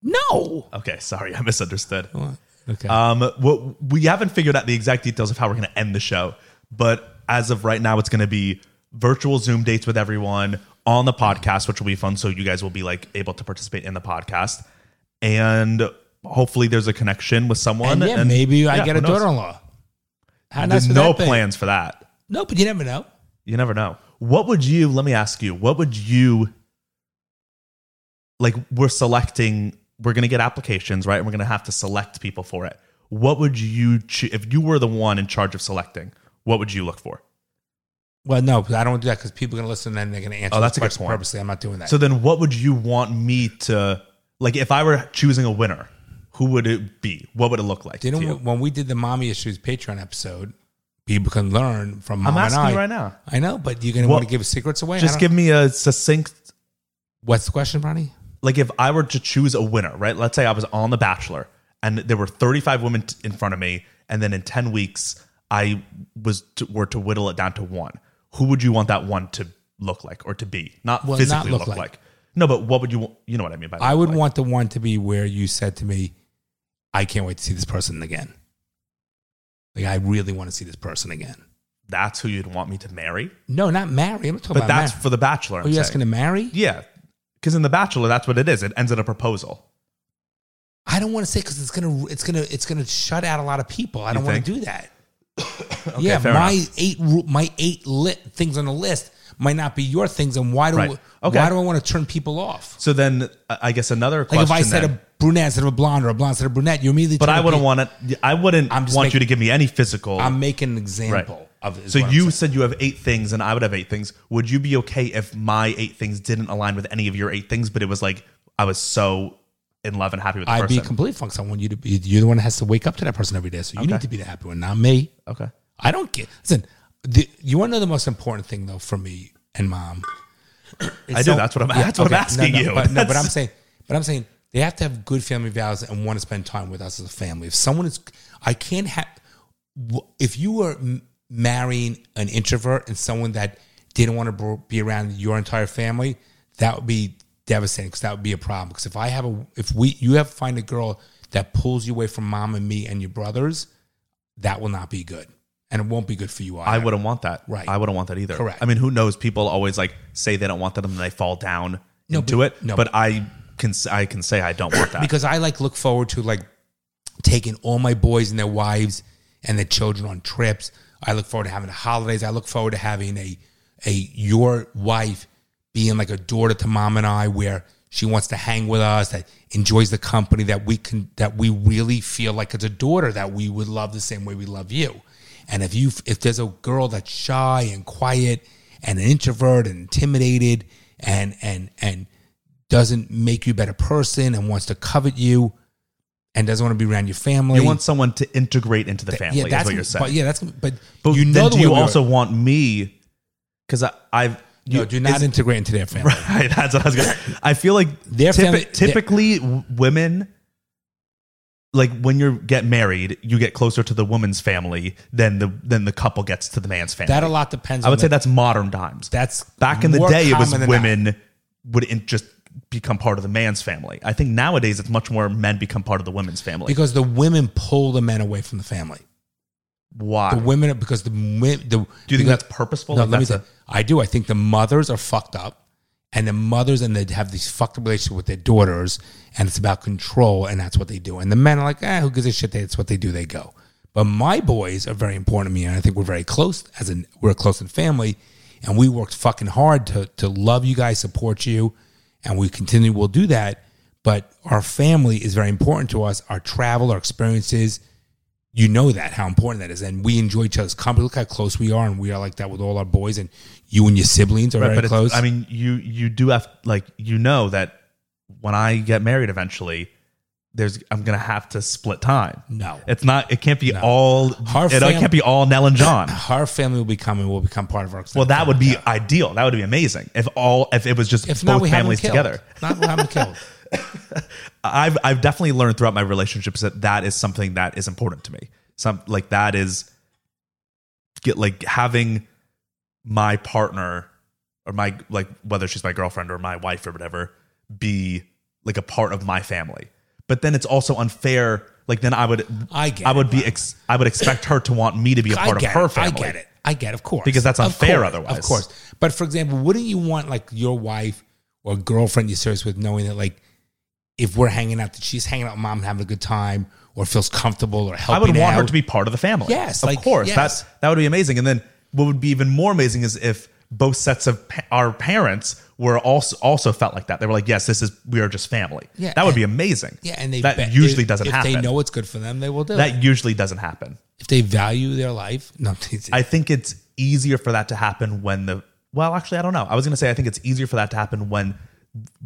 Speaker 3: No.
Speaker 2: Okay, sorry. I misunderstood.
Speaker 3: Okay.
Speaker 2: Um, what, we haven't figured out the exact details of how we're going to end the show, but as of right now, it's going to be virtual Zoom dates with everyone on the podcast, which will be fun. So you guys will be like able to participate in the podcast, and hopefully there's a connection with someone.
Speaker 3: and yeah,
Speaker 2: and-
Speaker 3: maybe
Speaker 2: yeah,
Speaker 3: I get a
Speaker 2: who knows?
Speaker 3: daughter-in-law. How nice
Speaker 2: There's
Speaker 3: would
Speaker 2: no
Speaker 3: that be?
Speaker 2: plans for that.
Speaker 3: No, but you never know.
Speaker 2: You never know. What would you, let me ask you, what would you, like, we're selecting, we're going to get applications, right? And we're going to have to select people for it. What would you, cho- if you were the one in charge of selecting, what would you look for?
Speaker 3: Well, no, but I don't do that because people are gonna listen and they're gonna answer.
Speaker 2: Oh, that's
Speaker 3: the
Speaker 2: a good
Speaker 3: question
Speaker 2: point.
Speaker 3: Purposely, I'm not doing that.
Speaker 2: So then what would you want me to, like, if I were choosing a winner, who would it be? What would it look like? to
Speaker 3: Didn't
Speaker 2: you?
Speaker 3: we, when we did the mommy issues Patreon episode, people can learn from mom
Speaker 2: I'm asking
Speaker 3: and I.
Speaker 2: you right now.
Speaker 3: I know, but you're gonna
Speaker 2: Well,
Speaker 3: want to give secrets away. I
Speaker 2: Just
Speaker 3: don't-
Speaker 2: give me a succinct
Speaker 3: What's the question, Ronnie?
Speaker 2: like if I were to choose a winner, right? Let's say I was on The Bachelor and there were 35 women t- in front of me, and then in 10 weeks I was to, were to whittle it down to one. Who would you want that one to look like or to be? Not
Speaker 3: Well, not
Speaker 2: physically
Speaker 3: look
Speaker 2: look, like.
Speaker 3: like.
Speaker 2: No, but what would you? want- You know what I mean by that.
Speaker 3: I would
Speaker 2: like,
Speaker 3: want the one to be where you said to me, I can't wait to see this person again. Like, I really want to see this person again.
Speaker 2: That's who you'd want me to marry.
Speaker 3: No, not marry. I'm not talking
Speaker 2: But
Speaker 3: about
Speaker 2: that's
Speaker 3: marry.
Speaker 2: for The Bachelor. I'm
Speaker 3: Are you
Speaker 2: saying.
Speaker 3: asking to marry?
Speaker 2: yeah, because in The Bachelor, that's what it is. It ends in a proposal.
Speaker 3: I don't want to say because it's gonna it's gonna it's gonna shut out a lot of people. I don't want
Speaker 2: think?
Speaker 3: to do that. yeah,
Speaker 2: fair
Speaker 3: my
Speaker 2: enough.
Speaker 3: eight ru- my eight lit things on the list might not be your things, and why do
Speaker 2: Right. Okay.
Speaker 3: why do I want to turn people off?
Speaker 2: So then, uh, I I guess another question.
Speaker 3: Like if I said
Speaker 2: then-
Speaker 3: a brunette instead of a blonde or a blonde instead of a brunette, you immediately.
Speaker 2: but
Speaker 3: turn
Speaker 2: I
Speaker 3: the
Speaker 2: wouldn't
Speaker 3: pe-
Speaker 2: want it. I wouldn't
Speaker 3: I'm
Speaker 2: want
Speaker 3: just
Speaker 2: you
Speaker 3: making-
Speaker 2: to give me any physical.
Speaker 3: I'm making an example of. is
Speaker 2: So
Speaker 3: what I'm
Speaker 2: you
Speaker 3: saying.
Speaker 2: said you have eight things, and I would have eight things. Would you be okay if my eight things didn't align with any of your eight things? But it was like I was so in love and happy with the
Speaker 3: I'd
Speaker 2: person.
Speaker 3: be complete fucks. I want you to be. You're the one that has to wake up to that person every day. So you need to be the happy one, not me.
Speaker 2: okay.
Speaker 3: I don't get. Listen, the, you want to know the most important thing though for me and mom.
Speaker 2: I do. That's what I'm- that's what I'm asking
Speaker 3: no, no,
Speaker 2: you.
Speaker 3: But, no, but
Speaker 2: That's-
Speaker 3: I'm saying, but I'm saying they have to have good family values and want to spend time with us as a family. If someone is, I can't have. If you were m- marrying an introvert and someone that didn't want to be around your entire family, that would be devastating because that would be a problem. Because if I have a, if we, you have to find a girl that pulls you away from mom and me and your brothers, that will not be good, and it won't be good for you.
Speaker 2: I
Speaker 3: either.
Speaker 2: wouldn't want that.
Speaker 3: Right.
Speaker 2: I wouldn't want that either.
Speaker 3: Correct.
Speaker 2: I mean, who knows? People always like say they don't want that, and they fall down
Speaker 3: No,
Speaker 2: into
Speaker 3: but-
Speaker 2: it.
Speaker 3: no,
Speaker 2: but I can s- I can say I don't want that.
Speaker 3: because I like look forward to like taking all my boys and their wives and their children on trips. I look forward to having holidays. I look forward to having a a your wife being like a daughter to mom and I, where she wants to hang with us, that enjoys the company, that we can that we really feel like it's a daughter that we would love the same way we love you. And if you if there's a girl that's shy and quiet and an introvert and intimidated and and and doesn't make you a better person and wants to covet you and doesn't want to be around your family.
Speaker 2: You want someone to integrate into the family.
Speaker 3: yeah, that's
Speaker 2: is what you're saying.
Speaker 3: But yeah, that's but,
Speaker 2: But
Speaker 3: you know
Speaker 2: then
Speaker 3: the
Speaker 2: do
Speaker 3: way
Speaker 2: you
Speaker 3: we
Speaker 2: also
Speaker 3: were-
Speaker 2: want me? Because I've
Speaker 3: no,
Speaker 2: you-
Speaker 3: do not
Speaker 2: is-
Speaker 3: integrate into their family.
Speaker 2: right. That's what I was gonna. I feel like
Speaker 3: Their
Speaker 2: typi-
Speaker 3: family-
Speaker 2: typically w- women, like when you get married, you get closer to the woman's family than the than the couple gets to the man's family.
Speaker 3: That a lot depends.
Speaker 2: I would
Speaker 3: on
Speaker 2: say
Speaker 3: the-
Speaker 2: that's modern times.
Speaker 3: that's
Speaker 2: Back in the
Speaker 3: more
Speaker 2: day, it was
Speaker 3: common than not.
Speaker 2: women would in, just become part of the man's family. I think nowadays it's much more men become part of the women's family.
Speaker 3: because the women pull the men away from the family.
Speaker 2: Why?
Speaker 3: The women are because the women. The,
Speaker 2: Do you think that's purposeful?
Speaker 3: No,
Speaker 2: Like
Speaker 3: let me.
Speaker 2: that's
Speaker 3: say- I do. I think the mothers are fucked up, and the mothers and they have these fucked up relationship with their daughters, and it's about control, and that's what they do. And the men are like, ah, who gives a shit? That's what they do. They go. But my boys are very important to me, and I think we're very close as in we're a close in family, and we worked fucking hard to to love you guys, support you, and we continue. We'll do that. But our family is very important to us. Our travel, our experiences, you know that how important that is, and we enjoy each other's company. Look how close we are, and we are like that with all our boys, and you and your siblings are
Speaker 2: Right,
Speaker 3: very
Speaker 2: but it's-
Speaker 3: close.
Speaker 2: I mean, you you do have like you know that when I get married eventually, there's I'm gonna have to split time.
Speaker 3: No.
Speaker 2: it's not. It can't be all.
Speaker 3: Our
Speaker 2: it
Speaker 3: fam-
Speaker 2: can't be all Nell and John.
Speaker 3: our family will become and will become part of our.
Speaker 2: well, that would be ideal. That would be amazing if all if it was just
Speaker 3: if
Speaker 2: both
Speaker 3: not we have them
Speaker 2: families
Speaker 3: killed.
Speaker 2: together.
Speaker 3: Not we have them killed.
Speaker 2: I've I've definitely learned throughout my relationships that that is something that is important to me. Some like that is get like having my partner or my like whether she's my girlfriend or my wife or whatever be like a part of my family. But then it's also unfair. Like then I would
Speaker 3: I get
Speaker 2: I would
Speaker 3: it,
Speaker 2: be ex, I would expect her to want me to be a
Speaker 3: I
Speaker 2: part of
Speaker 3: get
Speaker 2: her
Speaker 3: it.
Speaker 2: family.
Speaker 3: I get it. I get, it, of course,
Speaker 2: Because that's
Speaker 3: Of
Speaker 2: unfair
Speaker 3: course,
Speaker 2: otherwise.
Speaker 3: Of course. But for example, wouldn't you want like your wife or girlfriend you're serious with knowing that like if we're hanging out, that she's hanging out with mom, and having a good time, or feels comfortable, or helping.
Speaker 2: I would want her
Speaker 3: out?
Speaker 2: to be part of the family.
Speaker 3: Yes,
Speaker 2: of
Speaker 3: like,
Speaker 2: course.
Speaker 3: yes.
Speaker 2: That's that would be amazing. And then what would be even more amazing is if both sets of pa- our parents were also also felt like that. They were like, "Yes, this is we are just family."
Speaker 3: Yeah,
Speaker 2: that would
Speaker 3: and-
Speaker 2: be amazing.
Speaker 3: Yeah, and they
Speaker 2: that
Speaker 3: bet-
Speaker 2: usually
Speaker 3: if-
Speaker 2: doesn't
Speaker 3: if
Speaker 2: happen.
Speaker 3: They know it's good for them. They will do it.
Speaker 2: that usually doesn't happen.
Speaker 3: if they value their life. No,
Speaker 2: I think it's easier for that to happen when the well, actually, I don't know. I was going to say I think it's easier for that to happen when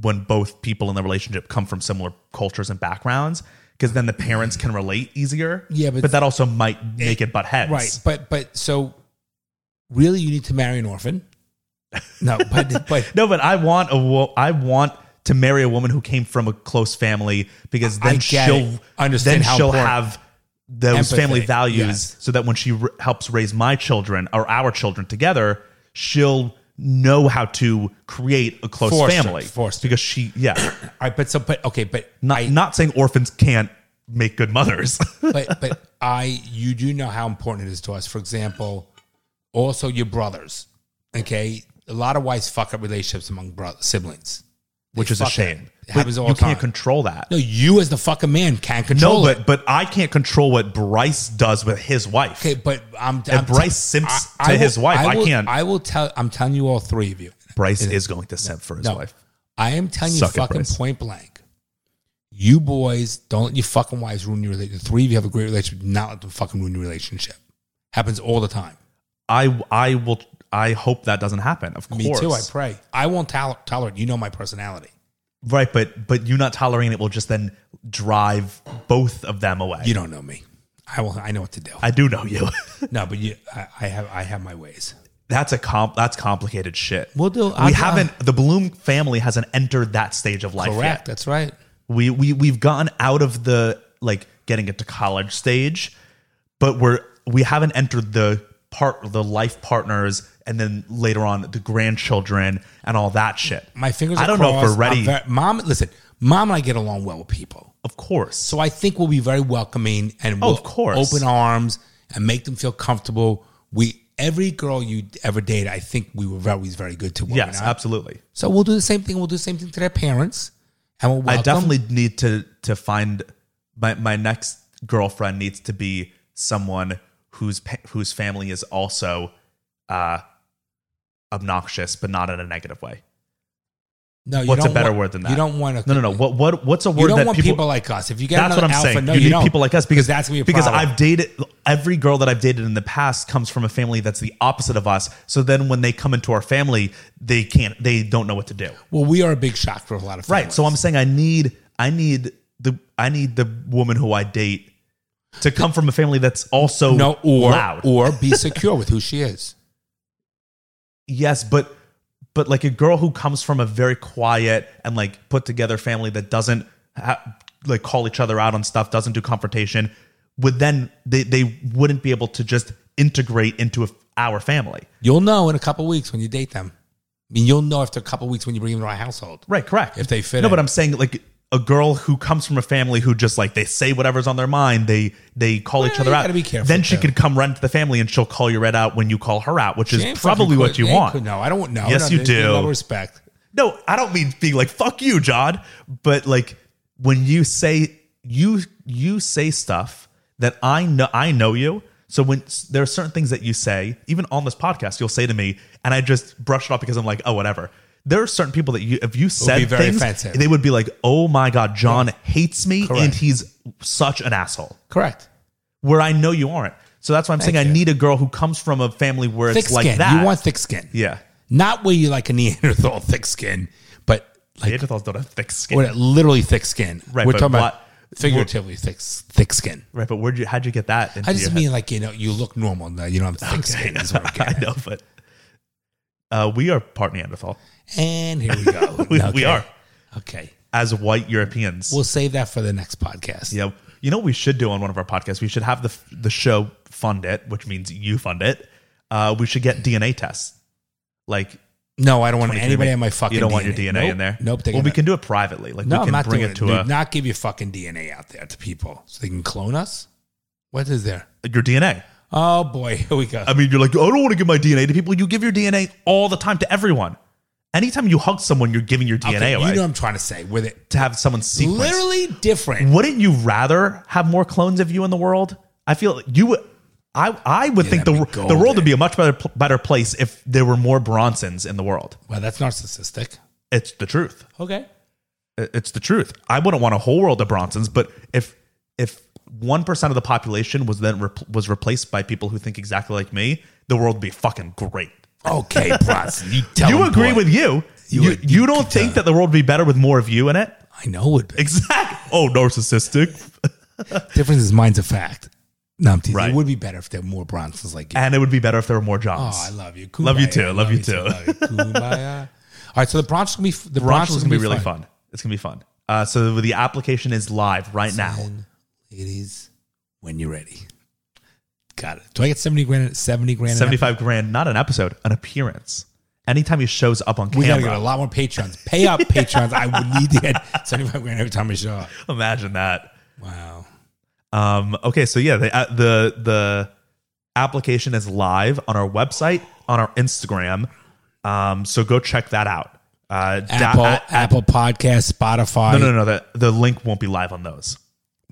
Speaker 2: when both people in the relationship come from similar cultures and backgrounds because then the parents can relate easier.
Speaker 3: Yeah, but-
Speaker 2: but that also might make it, butt heads.
Speaker 3: right, but but so really, you need to marry an orphan. No, but but
Speaker 2: No, but I want a wo- I want to marry a woman who came from a close family because
Speaker 3: I
Speaker 2: then
Speaker 3: get
Speaker 2: she'll
Speaker 3: it. Understand
Speaker 2: then
Speaker 3: how
Speaker 2: she'll
Speaker 3: important-
Speaker 2: have those
Speaker 3: Empathy,
Speaker 2: family values
Speaker 3: yes.
Speaker 2: so that when she r- helps raise my children or our children together, she'll know how to create a close
Speaker 3: Foster,
Speaker 2: family
Speaker 3: foster.
Speaker 2: because she yeah
Speaker 3: all right, but so but okay, but
Speaker 2: not not saying orphans can't make good mothers
Speaker 3: but but I you do know how important it is to us. For example, also your brothers. Okay, a lot of wives fuck up relationships among brother, siblings.
Speaker 2: which is a
Speaker 3: fuck it.
Speaker 2: shame
Speaker 3: It happens
Speaker 2: But
Speaker 3: all
Speaker 2: you
Speaker 3: the time.
Speaker 2: can't control that
Speaker 3: No, you as the fucking man can't
Speaker 2: no
Speaker 3: control it.
Speaker 2: but but I can't control what Bryce does with his wife
Speaker 3: Okay, but I'm.
Speaker 2: If
Speaker 3: I'm
Speaker 2: Bryce simps to his wife, I
Speaker 3: will-
Speaker 2: can't.
Speaker 3: I will tell. I'm telling you, all three of you.
Speaker 2: Bryce is going to simp for his
Speaker 3: No,
Speaker 2: wife
Speaker 3: I am telling you,
Speaker 2: Suck it,
Speaker 3: fucking
Speaker 2: Bryce.
Speaker 3: point blank. You boys, don't let your fucking wives ruin your relationship. The three of you have a great relationship. Do not let them fucking ruin your relationship. Happens all the time.
Speaker 2: I I will I hope that doesn't happen. Of
Speaker 3: Me
Speaker 2: course.
Speaker 3: too. I pray. I won't tol- tolerate. You know my personality.
Speaker 2: right, but but you not tolerating it will just then drive both of them away.
Speaker 3: You don't know me. I will. I know what to do.
Speaker 2: I do know you.
Speaker 3: no, but you. I, I have. I have my ways.
Speaker 2: that's a comp that's complicated shit.
Speaker 3: We'll uh, do-
Speaker 2: We
Speaker 3: I'll-
Speaker 2: haven't the Bloom family hasn't entered that stage of life
Speaker 3: Correct.
Speaker 2: yet.
Speaker 3: That's right.
Speaker 2: We we we've gotten out of the like getting into college stage, but we're we haven't entered the part the life partners and then later on the grandchildren and all that shit.
Speaker 3: My fingers. Are
Speaker 2: I don't know if
Speaker 3: crossed.
Speaker 2: we're ready.
Speaker 3: I'm very- Mom, listen. Mom and I get along well with people.
Speaker 2: of course.
Speaker 3: So I think we'll be very welcoming and
Speaker 2: Oh,
Speaker 3: we'll
Speaker 2: of course.
Speaker 3: open arms and make them feel comfortable. We every girl you ever date, I think we were always very good to. were we
Speaker 2: Yes,
Speaker 3: not?
Speaker 2: absolutely.
Speaker 3: So we'll do the same thing. We'll do the same thing to their parents, and we'll welcome.
Speaker 2: I definitely need to to find my my next girlfriend needs to be someone whose pa- whose family is also uh obnoxious but not in a negative way.
Speaker 3: No, you
Speaker 2: What's
Speaker 3: don't
Speaker 2: a better
Speaker 3: want-
Speaker 2: word than that?
Speaker 3: You don't want to.
Speaker 2: No, no, no. What what what's a word
Speaker 3: You don't
Speaker 2: that
Speaker 3: want people,
Speaker 2: people
Speaker 3: like us. If you get
Speaker 2: that's
Speaker 3: another
Speaker 2: what I'm
Speaker 3: alpha,
Speaker 2: saying.
Speaker 3: no,
Speaker 2: you,
Speaker 3: you,
Speaker 2: need
Speaker 3: don't.
Speaker 2: people like us because
Speaker 3: that's gonna be a
Speaker 2: because
Speaker 3: problem.
Speaker 2: I've dated every girl that I've dated in the past comes from a family that's the opposite of us. So then when they come into our family, they can't they don't know what to do.
Speaker 3: Well, we are a big shock for a lot of
Speaker 2: Right.
Speaker 3: families.
Speaker 2: So I'm saying I need I need the I need the woman who I date to come from a family that's also
Speaker 3: no or
Speaker 2: loud.
Speaker 3: or be secure with who she is.
Speaker 2: yes, but but like a girl who comes from a very quiet and like put together family that doesn't ha- like call each other out on stuff, doesn't do confrontation, would then they they wouldn't be able to just integrate into a, our family.
Speaker 3: You'll know in a couple weeks when you date them. I mean, you'll know after a couple weeks when you bring them to our household.
Speaker 2: Right, correct.
Speaker 3: If they fit
Speaker 2: No,
Speaker 3: in.
Speaker 2: but I'm saying like a girl who comes from a family who just like they say whatever's on their mind, they they call each
Speaker 3: Well,
Speaker 2: other
Speaker 3: you
Speaker 2: out.
Speaker 3: gotta be careful,
Speaker 2: then she
Speaker 3: too.
Speaker 2: could come run to the family and she'll call your red out when you call her out, which
Speaker 3: Jane
Speaker 2: is probably
Speaker 3: fucking
Speaker 2: what
Speaker 3: could-
Speaker 2: you
Speaker 3: they
Speaker 2: want.
Speaker 3: could- no, I don't want. No,
Speaker 2: Yes,
Speaker 3: no,
Speaker 2: you
Speaker 3: there's- there's No
Speaker 2: do.
Speaker 3: respect.
Speaker 2: No, I don't mean being like fuck you, John, but like when you say you you say stuff that I know I know you. So when s- there are certain things that you say, even on this podcast, you'll say to me, and I just brush it off because I'm like, oh, whatever. There are certain people that you, if you said
Speaker 3: be very
Speaker 2: things,
Speaker 3: offensive.
Speaker 2: they would be like, oh my god, John hates me and
Speaker 3: Correct.
Speaker 2: he's such an asshole.
Speaker 3: Correct.
Speaker 2: Where I know you aren't. So that's why I'm saying
Speaker 3: you.
Speaker 2: I need a girl who comes from a family where
Speaker 3: Thick
Speaker 2: it's like
Speaker 3: skin.
Speaker 2: that.
Speaker 3: You want thick skin.
Speaker 2: yeah,
Speaker 3: Not where you like a Neanderthal thick skin, but like
Speaker 2: Neanderthals don't have thick skin.
Speaker 3: what literally thick skin.
Speaker 2: Right,
Speaker 3: We're
Speaker 2: but
Speaker 3: talking
Speaker 2: what-
Speaker 3: about figuratively thick thick skin.
Speaker 2: Right, but where'd you? How'd you get that? Into
Speaker 3: I just
Speaker 2: your
Speaker 3: mean like you know you look normal. No, you don't have thick skin. Is what I'm getting
Speaker 2: I
Speaker 3: at.
Speaker 2: know, but uh, we are part Neanderthal
Speaker 3: And here we go.
Speaker 2: We- we
Speaker 3: Okay.
Speaker 2: are.
Speaker 3: okay.
Speaker 2: as white Europeans.
Speaker 3: We'll save that for the next podcast.
Speaker 2: yeah, you know what we should do on one of our podcasts. We should have the the show fund it, which means you fund it. Uh, we should get DNA tests. Like
Speaker 3: No, I don't want
Speaker 2: 23andMe.
Speaker 3: anybody in my fucking.
Speaker 2: you don't want your DNA
Speaker 3: Nope.
Speaker 2: in there.
Speaker 3: Nope. they're
Speaker 2: Well, we
Speaker 3: gonna-
Speaker 2: can do it privately. Like
Speaker 3: No,
Speaker 2: we
Speaker 3: I'm
Speaker 2: can
Speaker 3: not
Speaker 2: bring
Speaker 3: doing
Speaker 2: it to
Speaker 3: Do
Speaker 2: a,
Speaker 3: not give your fucking DNA out there to people so they can clone us. What is there?
Speaker 2: your DNA.
Speaker 3: Oh boy, here we go.
Speaker 2: I mean, you're like, "Oh, I don't want to give my DNA to people. You give your DNA all the time to everyone. Anytime you hug someone, you're giving your DNA
Speaker 3: Okay,
Speaker 2: away
Speaker 3: You know what I'm trying to say with it.
Speaker 2: to have someone sequence.
Speaker 3: Literally different.
Speaker 2: wouldn't you rather have more clones of you in the world? I feel you would. I, I would think the,
Speaker 3: that'd be
Speaker 2: the world
Speaker 3: golden.
Speaker 2: would be a much better pl- better place if there were more Bronsons in the world.
Speaker 3: Well, that's narcissistic.
Speaker 2: It's the truth.
Speaker 3: Okay.
Speaker 2: I- It's the truth. I wouldn't want a whole world of Bronsons, but if if one percent of the population was then rep- was replaced by people who think exactly like me, the world would be fucking great.
Speaker 3: Okay, Bronson. You tell
Speaker 2: you
Speaker 3: him,
Speaker 2: agree
Speaker 3: boy.
Speaker 2: with you? You you,
Speaker 3: would-
Speaker 2: don't think that the world would be better with more of you in it?
Speaker 3: I know it would be.
Speaker 2: Exactly. Oh, narcissistic.
Speaker 3: difference is mine's a fact. No, I'm teasing.
Speaker 2: Right.
Speaker 3: It would be better if there were more Bronsons like you.
Speaker 2: And it would be better if there were more Johns.
Speaker 3: Oh, I love you.
Speaker 2: Love you
Speaker 3: Kumbaya.
Speaker 2: too. Love you too.
Speaker 3: love you. Kumbaya. All right, so the Bronsons gonna be f- the
Speaker 2: Brunch
Speaker 3: Bronsons
Speaker 2: is gonna be really fun. It's gonna be fun. Uh, so the application is live right now.
Speaker 3: And ladies, when you're ready. Got it. Do I get seventy grand? Seventy grand? an
Speaker 2: Seventy-five grand, not an episode, an appearance. Anytime he shows up on
Speaker 3: We gotta
Speaker 2: camera,
Speaker 3: get a lot more patrons. Pay up patrons. I would need to get seventy-five grand every time I show up.
Speaker 2: imagine that.
Speaker 3: Wow.
Speaker 2: Um, okay, so yeah, the, uh, the the application is live on our website, on our Instagram. Um, so go check that out. Uh, da-
Speaker 3: Apple,
Speaker 2: uh,
Speaker 3: Apple Podcast, Spotify.
Speaker 2: no, no, no. The the link won't be live on those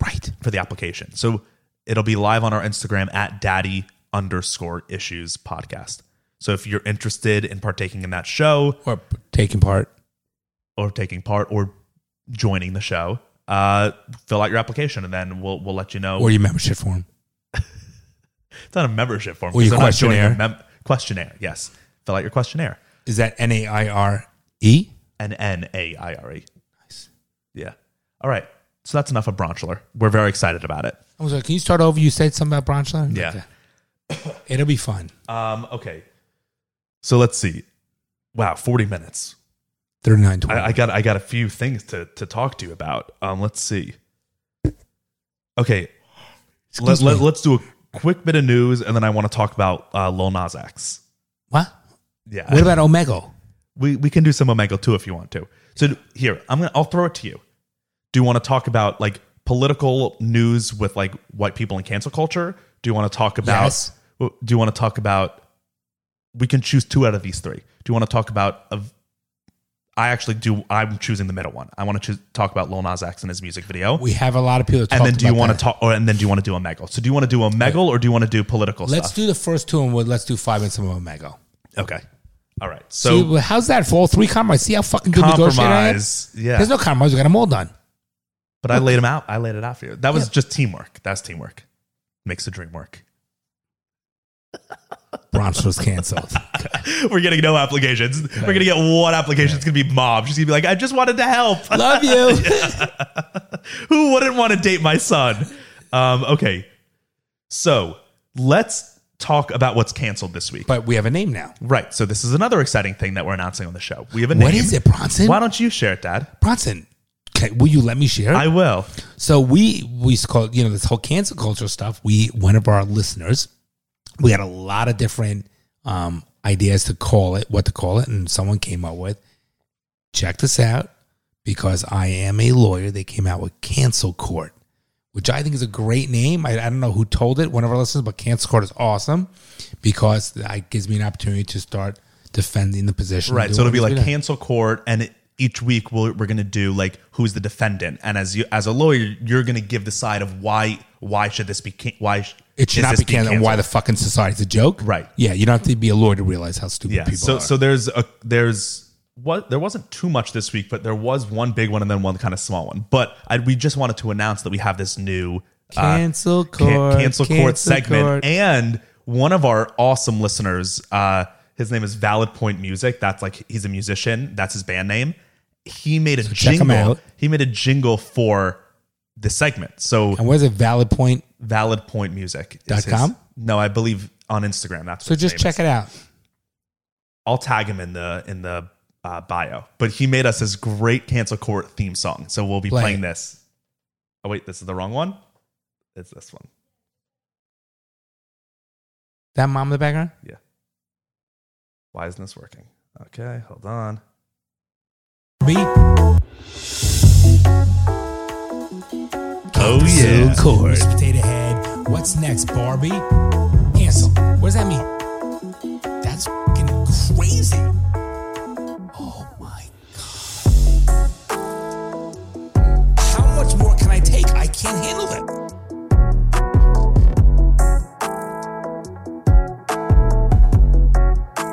Speaker 3: Right.
Speaker 2: for the application. So it'll be live on our Instagram at daddy underscore issues podcast. So if you're interested in partaking in that show,
Speaker 3: Or p- taking part.
Speaker 2: or taking part or joining the show, uh, fill out your application and then we'll we'll let you know.
Speaker 3: Or your membership form.
Speaker 2: it's not a membership form.
Speaker 3: Or your
Speaker 2: 'cause I'm not joining a
Speaker 3: questionnaire.
Speaker 2: mem- questionnaire, yes. Fill out your questionnaire.
Speaker 3: Is that N A I R E?
Speaker 2: N N A I R E. Nice. Yeah. All right. So that's enough of Bronchler. We're very excited about it.
Speaker 3: I was like, can you start over? You said something about Bronchline?
Speaker 2: Yeah.
Speaker 3: Okay. It'll be fun.
Speaker 2: Um, okay. So let's see. Wow, 40 minutes.
Speaker 3: 39
Speaker 2: I, I got I got a few things to to talk to you about. Um, let's see. Okay, let,
Speaker 3: Excuse
Speaker 2: let,
Speaker 3: me.
Speaker 2: let's do a quick bit of news, and then I want to talk about uh, Lil Nas X.
Speaker 3: What?
Speaker 2: Yeah,
Speaker 3: What about Omega?
Speaker 2: we we can do some Omega too if you want to. So d- here, I'm gonna I'll throw it to you. Do you want to talk about like political news with like white people and cancel culture? Do you want to talk about?
Speaker 3: Yes.
Speaker 2: Do you want to talk about? We can choose two out of these three. Do you want to talk about? Of, I actually do. I'm choosing the middle one. I want to choose, talk about Lil Nas X and his music video.
Speaker 3: We have a lot of people. that
Speaker 2: and then
Speaker 3: talked
Speaker 2: do you
Speaker 3: about
Speaker 2: want
Speaker 3: that.
Speaker 2: to talk? Or and then do you want to do Omegle? So do you want to do Omegle or do you want to do political
Speaker 3: Let's
Speaker 2: stuff?
Speaker 3: do the first two and we'll, let's do five and some Omega.
Speaker 2: okay. All right.
Speaker 3: So
Speaker 2: So
Speaker 3: how's that for all three compromise? See how fucking good negotiator I am?
Speaker 2: compromise. Yeah.
Speaker 3: There's no compromise. We got them all done.
Speaker 2: but I laid them out. I laid it out for you. That was just teamwork. That's teamwork. Makes the dream work.
Speaker 3: Bronx was canceled.
Speaker 2: We're getting no applications. We're gonna get one application. It's gonna be mom. She's gonna be like, I just wanted to help.
Speaker 3: Love you.
Speaker 2: Who wouldn't want to date my son? Um, okay. So let's talk about what's canceled this week.
Speaker 3: But we have a name now.
Speaker 2: right. So this is another exciting thing that we're announcing on the show. We have a name.
Speaker 3: What is it, Bronson?
Speaker 2: Why don't you share it, Dad?
Speaker 3: Bronson, can, will you let me share?
Speaker 2: I will.
Speaker 3: so we we used to call you know this whole cancel culture stuff. We one of our listeners, we had a lot of different um, ideas to call it, what to call it, and someone came up with. Check this out, because I am a lawyer. They came out with cancel court, which I think is a great name. I, I don't know who told it, one of our listeners, but cancel court is awesome because it gives me an opportunity to start defending the position.
Speaker 2: Right.
Speaker 3: Do
Speaker 2: So it'll
Speaker 3: what
Speaker 2: be
Speaker 3: needs to
Speaker 2: like
Speaker 3: done.
Speaker 2: cancel court, and it, each week we'll, we're going to do like who's the defendant, and as you as a lawyer, you're going to give the side of why why should this be can- why sh-
Speaker 3: It should
Speaker 2: is
Speaker 3: not
Speaker 2: this
Speaker 3: be canon. and Why the fucking society's a joke?
Speaker 2: Right.
Speaker 3: Yeah, you don't have to be a lawyer to realize how stupid
Speaker 2: yeah.
Speaker 3: people
Speaker 2: So
Speaker 3: are.
Speaker 2: so there's a there's what there wasn't too much this week, but there was one big one and then one kind of small one. But I, we just wanted to announce that we have this new uh,
Speaker 3: cancel
Speaker 2: Can-
Speaker 3: court,
Speaker 2: cancel, court segment.
Speaker 3: court.
Speaker 2: And one of our awesome listeners, uh, his name is Valid Point Music. That's like he's a musician. That's his band name. He made a
Speaker 3: check him
Speaker 2: jingle.
Speaker 3: out.
Speaker 2: He made a jingle for the segment. So
Speaker 3: And what is it? Valid point.
Speaker 2: Valid Point Music is
Speaker 3: Dot
Speaker 2: his-
Speaker 3: com?
Speaker 2: No, I believe on Instagram. That's
Speaker 3: So just check it out.
Speaker 2: I'll tag him in the in the uh, bio. But he made us this great cancel court theme song. So we'll be
Speaker 3: Play
Speaker 2: playing
Speaker 3: it.
Speaker 2: this. Oh wait, this is the wrong one. It's this one.
Speaker 3: That mom in the background.
Speaker 2: Why isn't this working? Okay, hold on.
Speaker 3: Me.
Speaker 2: Oh, yeah.
Speaker 3: Court. Miss Potato Head. What's next, Barbie? Cancel. What does that mean? That's fucking crazy. Oh my god. How much more can I take? I can't handle it.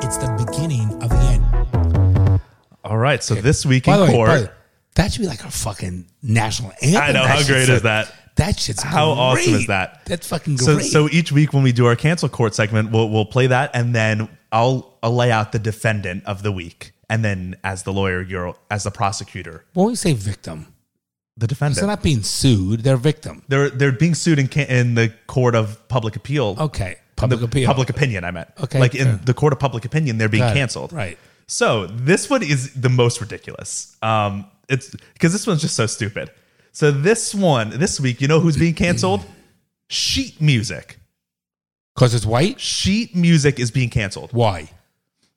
Speaker 3: It's the beginning of the end.
Speaker 2: All right, so this week
Speaker 3: By
Speaker 2: in
Speaker 3: the way,
Speaker 2: court,
Speaker 3: by the way, that should be like our fucking national anthem.
Speaker 2: I know,
Speaker 3: That
Speaker 2: how
Speaker 3: shit's
Speaker 2: great
Speaker 3: like-
Speaker 2: is that?
Speaker 3: That shit's
Speaker 2: How awesome
Speaker 3: great.
Speaker 2: is that?
Speaker 3: That's fucking
Speaker 2: so
Speaker 3: great.
Speaker 2: so each week when we do our cancel court segment, we'll we'll play that, and then I'll I'll lay out the defendant of the week, and then as the lawyer, you're as the prosecutor,
Speaker 3: when we say victim,
Speaker 2: the defendant.
Speaker 3: they're not being sued; they're victim.
Speaker 2: they're they're being sued in ca- in the court of public appeal.
Speaker 3: Okay,
Speaker 2: In the
Speaker 3: Oh, public appeal.
Speaker 2: Public opinion, I meant.
Speaker 3: Okay,
Speaker 2: like in
Speaker 3: fair.
Speaker 2: the court of public opinion, they're being
Speaker 3: Got it.
Speaker 2: canceled.
Speaker 3: Right.
Speaker 2: So this one is the most ridiculous. Um, it's because this one's just so stupid. So this one, this week, you know who's being canceled? Sheet music.
Speaker 3: because it's white.
Speaker 2: Sheet music is being canceled.
Speaker 3: Why?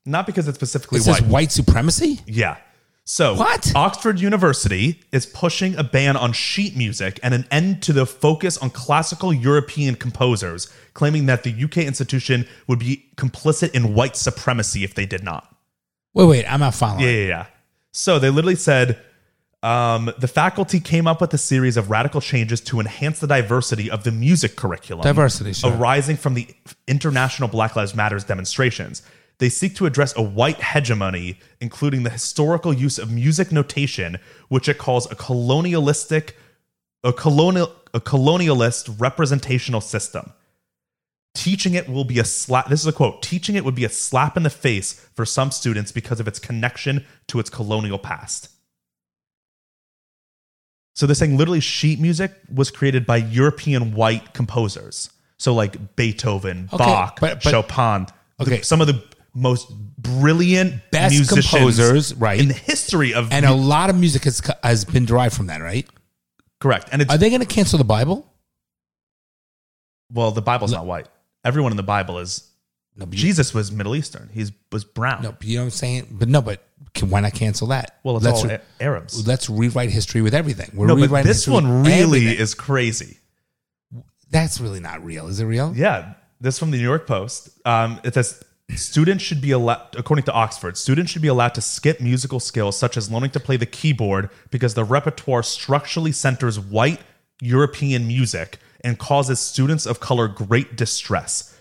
Speaker 2: Not because it's specifically
Speaker 3: It
Speaker 2: white.
Speaker 3: says white supremacy.
Speaker 2: Yeah. So
Speaker 3: What?
Speaker 2: Oxford University is pushing a ban on sheet music and an end to the focus on classical European composers, claiming that the UK institution would be complicit in white supremacy if they did not.
Speaker 3: Wait, wait, I'm not following.
Speaker 2: Yeah, yeah, yeah. So they literally said um, the faculty came up with a series of radical changes to enhance the diversity of the music curriculum.
Speaker 3: Diversity, sure.
Speaker 2: Arising from the international Black Lives Matters demonstrations. They seek to address a white hegemony, including the historical use of music notation, which it calls a colonialistic, a colonial, a colonialist representational system teaching it will be a slap this is a quote teaching it would be a slap in the face for some students because of its connection to its colonial past so they're saying literally sheet music was created by european white composers so like beethoven
Speaker 3: Okay,
Speaker 2: bach
Speaker 3: but- but-
Speaker 2: chopin the-
Speaker 3: Okay.
Speaker 2: some of the most brilliant
Speaker 3: Best
Speaker 2: musicians
Speaker 3: composers, right.
Speaker 2: in the history of
Speaker 3: And a lot of music has, has been derived from that, right?
Speaker 2: correct and it's
Speaker 3: Are they going to cancel the Bible?
Speaker 2: well the bible's not white everyone in the bible is
Speaker 3: No, but you-
Speaker 2: jesus was middle eastern he's was brown
Speaker 3: No, but you know what I'm saying. But no, but can, why not cancel that?
Speaker 2: well it's
Speaker 3: let's
Speaker 2: all
Speaker 3: re-
Speaker 2: A- arabs
Speaker 3: let's rewrite history with everything. We're
Speaker 2: No, but
Speaker 3: rewriting
Speaker 2: this
Speaker 3: history
Speaker 2: one
Speaker 3: with
Speaker 2: really
Speaker 3: everything.
Speaker 2: is crazy.
Speaker 3: That's really not real. Is it real?
Speaker 2: Yeah, this from the New York Post. Um, it says students should be allowed, according to Oxford, students should be allowed to skip musical skills such as learning to play the keyboard because the repertoire structurally centers white European music and causes students of color great distress.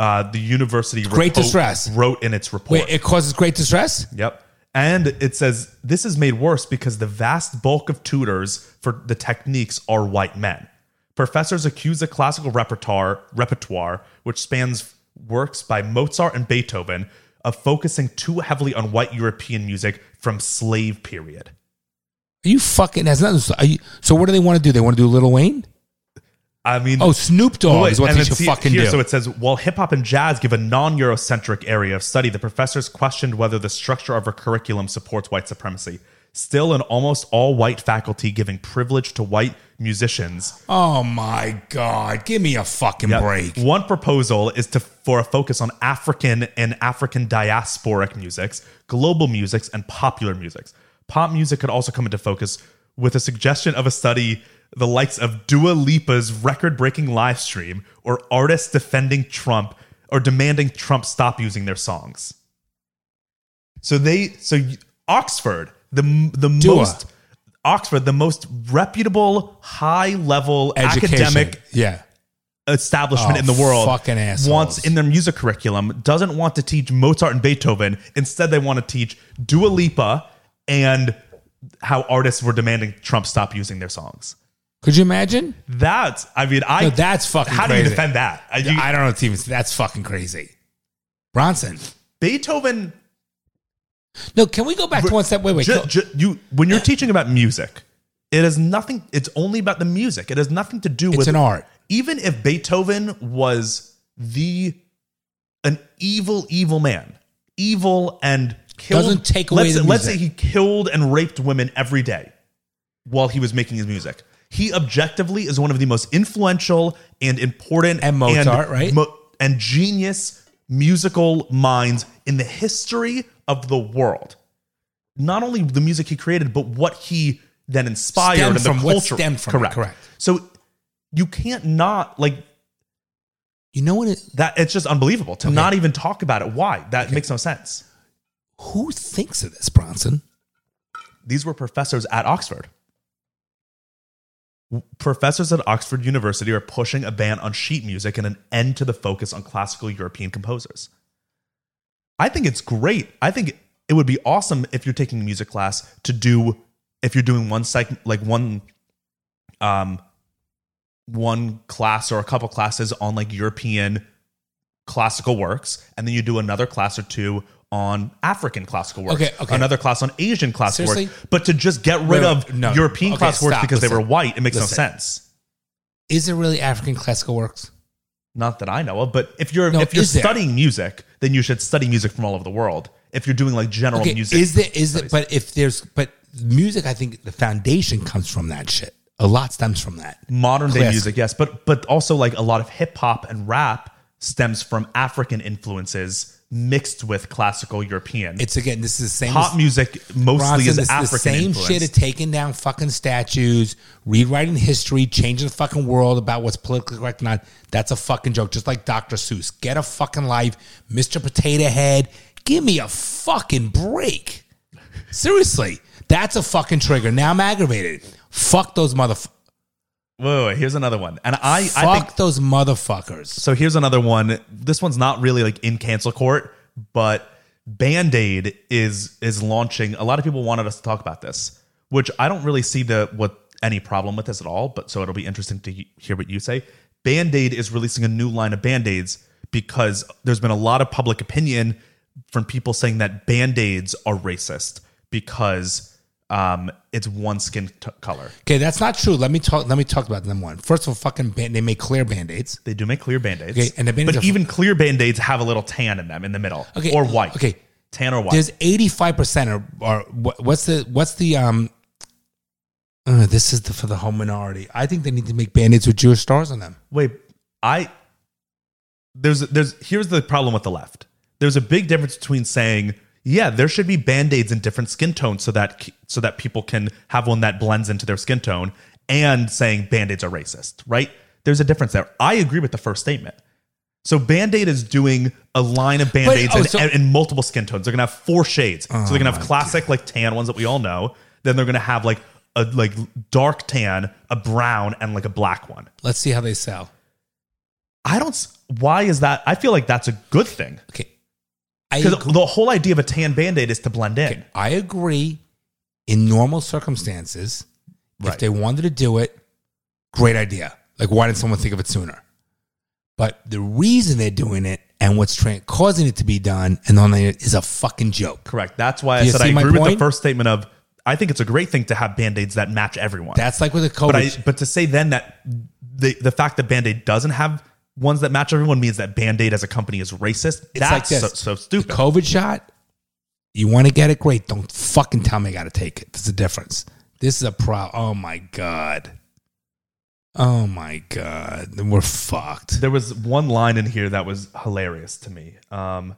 Speaker 2: uh, the university
Speaker 3: Great distress.
Speaker 2: wrote in its report.
Speaker 3: Wait, it causes great distress?
Speaker 2: Yep. And it says this is made worse because the vast bulk of tutors for the techniques are white men. Professors accuse the classical repertoire, repertoire which spans works by Mozart and Beethoven, of focusing too heavily on white European music from slave period.
Speaker 3: Are you fucking? Has nothing. Are you, so what do they want to do? They want to do Little Wayne?
Speaker 2: I mean,
Speaker 3: Oh, Snoop Dogg
Speaker 2: Wait,
Speaker 3: is what
Speaker 2: and
Speaker 3: they
Speaker 2: then
Speaker 3: should
Speaker 2: see-
Speaker 3: fucking
Speaker 2: here,
Speaker 3: do.
Speaker 2: So it says, while hip hop and jazz give a non Eurocentric area of study, the professors questioned whether the structure of our curriculum supports white supremacy. Still, an almost all white faculty giving privilege to white musicians.
Speaker 3: oh my god! Give me a fucking
Speaker 2: Yep.
Speaker 3: break.
Speaker 2: One proposal is to for a focus on African and African diasporic musics, global musics, and popular musics. Pop music could also come into focus with a suggestion of a study the likes of Dua Lipa's record-breaking live stream or artists defending Trump or demanding Trump stop using their songs. So they so y- Oxford, the m- the
Speaker 3: Dua.
Speaker 2: most Oxford, the most reputable, high-level
Speaker 3: Education.
Speaker 2: academic
Speaker 3: Yeah.
Speaker 2: establishment
Speaker 3: Oh,
Speaker 2: in the world
Speaker 3: fucking assholes.
Speaker 2: wants in their music curriculum doesn't want to teach Mozart and Beethoven. Instead, they want to teach Dua Lipa and how artists were demanding Trump stop using their songs.
Speaker 3: Could you imagine?
Speaker 2: That's, I mean, I
Speaker 3: No, that's fucking
Speaker 2: How do you
Speaker 3: crazy.
Speaker 2: defend that? I- you-
Speaker 3: I don't know, Steven. That's fucking crazy. Bronson.
Speaker 2: Beethoven,
Speaker 3: No, can we go back to one step? Wait, wait.
Speaker 2: ju-
Speaker 3: go-
Speaker 2: ju- you when you're teaching about music, it has nothing. It's only about the music. It has nothing to do
Speaker 3: it's
Speaker 2: with
Speaker 3: an art.
Speaker 2: even if Beethoven was the an evil, evil man, evil and killed,
Speaker 3: Doesn't take away
Speaker 2: Let's,
Speaker 3: the
Speaker 2: let's say
Speaker 3: music.
Speaker 2: he killed and raped women every day while he was making his music. He objectively is one of the most influential and important
Speaker 3: And Mozart, right?
Speaker 2: mo- and genius musical minds in the history of the world. Not only the music he created, but what he then inspired
Speaker 3: Stemmed
Speaker 2: and the
Speaker 3: from what
Speaker 2: culture.
Speaker 3: stemmed from it,
Speaker 2: correct,
Speaker 3: correct.
Speaker 2: So you can't not like
Speaker 3: You know what? It,
Speaker 2: that it's just unbelievable to not even talk about it. Why? That makes no sense.
Speaker 3: who thinks of this, Bronson?
Speaker 2: These were professors at Oxford. W- Professors at Oxford University are pushing a ban on sheet music and an end to the focus on classical European composers. I think it's great. I think it would be awesome if you're taking a music class to do if you're doing one psych like one um one class or a couple classes on like European classical works, and then you do another class or two on African classical works,
Speaker 3: Okay, okay.
Speaker 2: another class on Asian classical
Speaker 3: Seriously?
Speaker 2: works. But to just get rid
Speaker 3: Wait,
Speaker 2: of
Speaker 3: wait, no,
Speaker 2: European
Speaker 3: okay,
Speaker 2: classical works
Speaker 3: stop,
Speaker 2: because they
Speaker 3: listen.
Speaker 2: were white, it makes
Speaker 3: Listen.
Speaker 2: no sense.
Speaker 3: Is there really African classical works?
Speaker 2: Not that I know of, but if you're
Speaker 3: No,
Speaker 2: if you're
Speaker 3: is there?
Speaker 2: studying music, then you should study music from all over the world. If you're doing like general
Speaker 3: Okay,
Speaker 2: music,
Speaker 3: is there is there, but if there's but music, I think the foundation comes from that shit. A lot stems from that.
Speaker 2: modern day
Speaker 3: Classic.
Speaker 2: music, yes, but but also like a lot of hip hop and rap stems from African influences mixed with classical European.
Speaker 3: It's again, this is the same.
Speaker 2: pop music mostly
Speaker 3: Bronson,
Speaker 2: is
Speaker 3: this
Speaker 2: African
Speaker 3: the same
Speaker 2: influenced.
Speaker 3: shit of taking down fucking statues, rewriting history, changing the fucking world about what's politically correct or not. That's a fucking joke. Just like Dr. Seuss. Get a fucking life, Mr. Potato Head. Give me a fucking break. Seriously. That's a fucking trigger. Now I'm aggravated. Fuck those motherfuckers.
Speaker 2: Wait, wait, wait, here's another one, and I
Speaker 3: Fuck
Speaker 2: I think
Speaker 3: those motherfuckers.
Speaker 2: so. Here's another one. This one's not really like in cancel court, but Band Aid is is launching. A lot of people wanted us to talk about this, which I don't really see the what any problem with this at all. But so it'll be interesting to he- hear what you say. Band Aid is releasing a new line of Band Aids because there's been a lot of public opinion from people saying that Band Aids are racist because um, it's one skin t- color.
Speaker 3: Okay, that's not true. Let me talk. Let me talk about them one. First of all, fucking band, they make clear band aids.
Speaker 2: They do make clear band-aids.
Speaker 3: Okay, and the Band-Aids
Speaker 2: but
Speaker 3: are-
Speaker 2: even clear band-aids have a little tan in them in the middle.
Speaker 3: Okay,
Speaker 2: Or white.
Speaker 3: okay.
Speaker 2: Tan or white.
Speaker 3: There's 85 percent or, or what, what's the what's the um. uh, this is the, for the whole minority. I think they need to make band aids with Jewish stars on them.
Speaker 2: Wait, I there's there's here's the problem with the left. There's a big difference between saying, yeah, there should be band-aids in different skin tones so that so that people can have one that blends into their skin tone and saying band-aids are racist, right? There's a difference there. I agree with the first statement. So Band-Aid is doing a line of Band-Aids
Speaker 3: oh,
Speaker 2: in,
Speaker 3: so-
Speaker 2: in multiple skin tones. They're gonna have four shades. so they're gonna have classic like tan ones that we all know. Then they're gonna have like a like dark tan, a brown, and like a black one.
Speaker 3: Let's see how they sell.
Speaker 2: I don't. s- Why is that? I feel like that's a good thing
Speaker 3: Okay. I
Speaker 2: because
Speaker 3: agree.
Speaker 2: the whole idea of a tan band aid is to blend in.
Speaker 3: Okay, I agree. In normal circumstances,
Speaker 2: Right.
Speaker 3: if they wanted to do it, great idea. Like, why didn't someone think of it sooner? But the reason they're doing it and what's tra- causing it to be done and on it is a fucking joke.
Speaker 2: Correct. That's why I
Speaker 3: Do you
Speaker 2: said I
Speaker 3: see my
Speaker 2: agree with the
Speaker 3: point?
Speaker 2: first statement of I think it's a great thing to have band aids that match everyone.
Speaker 3: That's like with a COVID.
Speaker 2: but I but to say then that the the fact that band aid doesn't have ones that match everyone means that band aid as a company is racist.
Speaker 3: it's like
Speaker 2: That's
Speaker 3: this.
Speaker 2: so, so
Speaker 3: The
Speaker 2: stupid.
Speaker 3: COVID shot, you want to get it? Great. Don't fucking tell me I got to take it. There's a difference. This is a problem. Oh my God. Oh my God. We're fucked.
Speaker 2: There was one line in here that was hilarious to me. Um,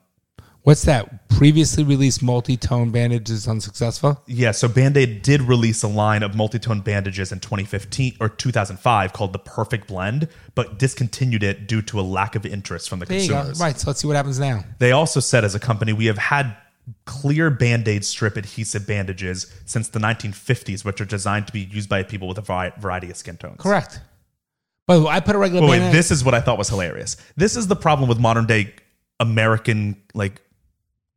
Speaker 3: What's that? Previously released multi-tone bandages unsuccessful.
Speaker 2: yeah, so Band Aid did release a line of multi-tone bandages in 2015 or 2005 called the Perfect Blend, but discontinued it due to a lack of interest from the
Speaker 3: There you go.
Speaker 2: consumers.
Speaker 3: Right. So let's see what happens now.
Speaker 2: They also said, as a company, we have had clear band aid strip adhesive bandages since the 1950s, which are designed to be used by people with a vari- variety of skin tones.
Speaker 3: Correct. By the way, I put a regular
Speaker 2: But wait,
Speaker 3: bandage.
Speaker 2: this is what I thought was hilarious. This is the problem with modern day American like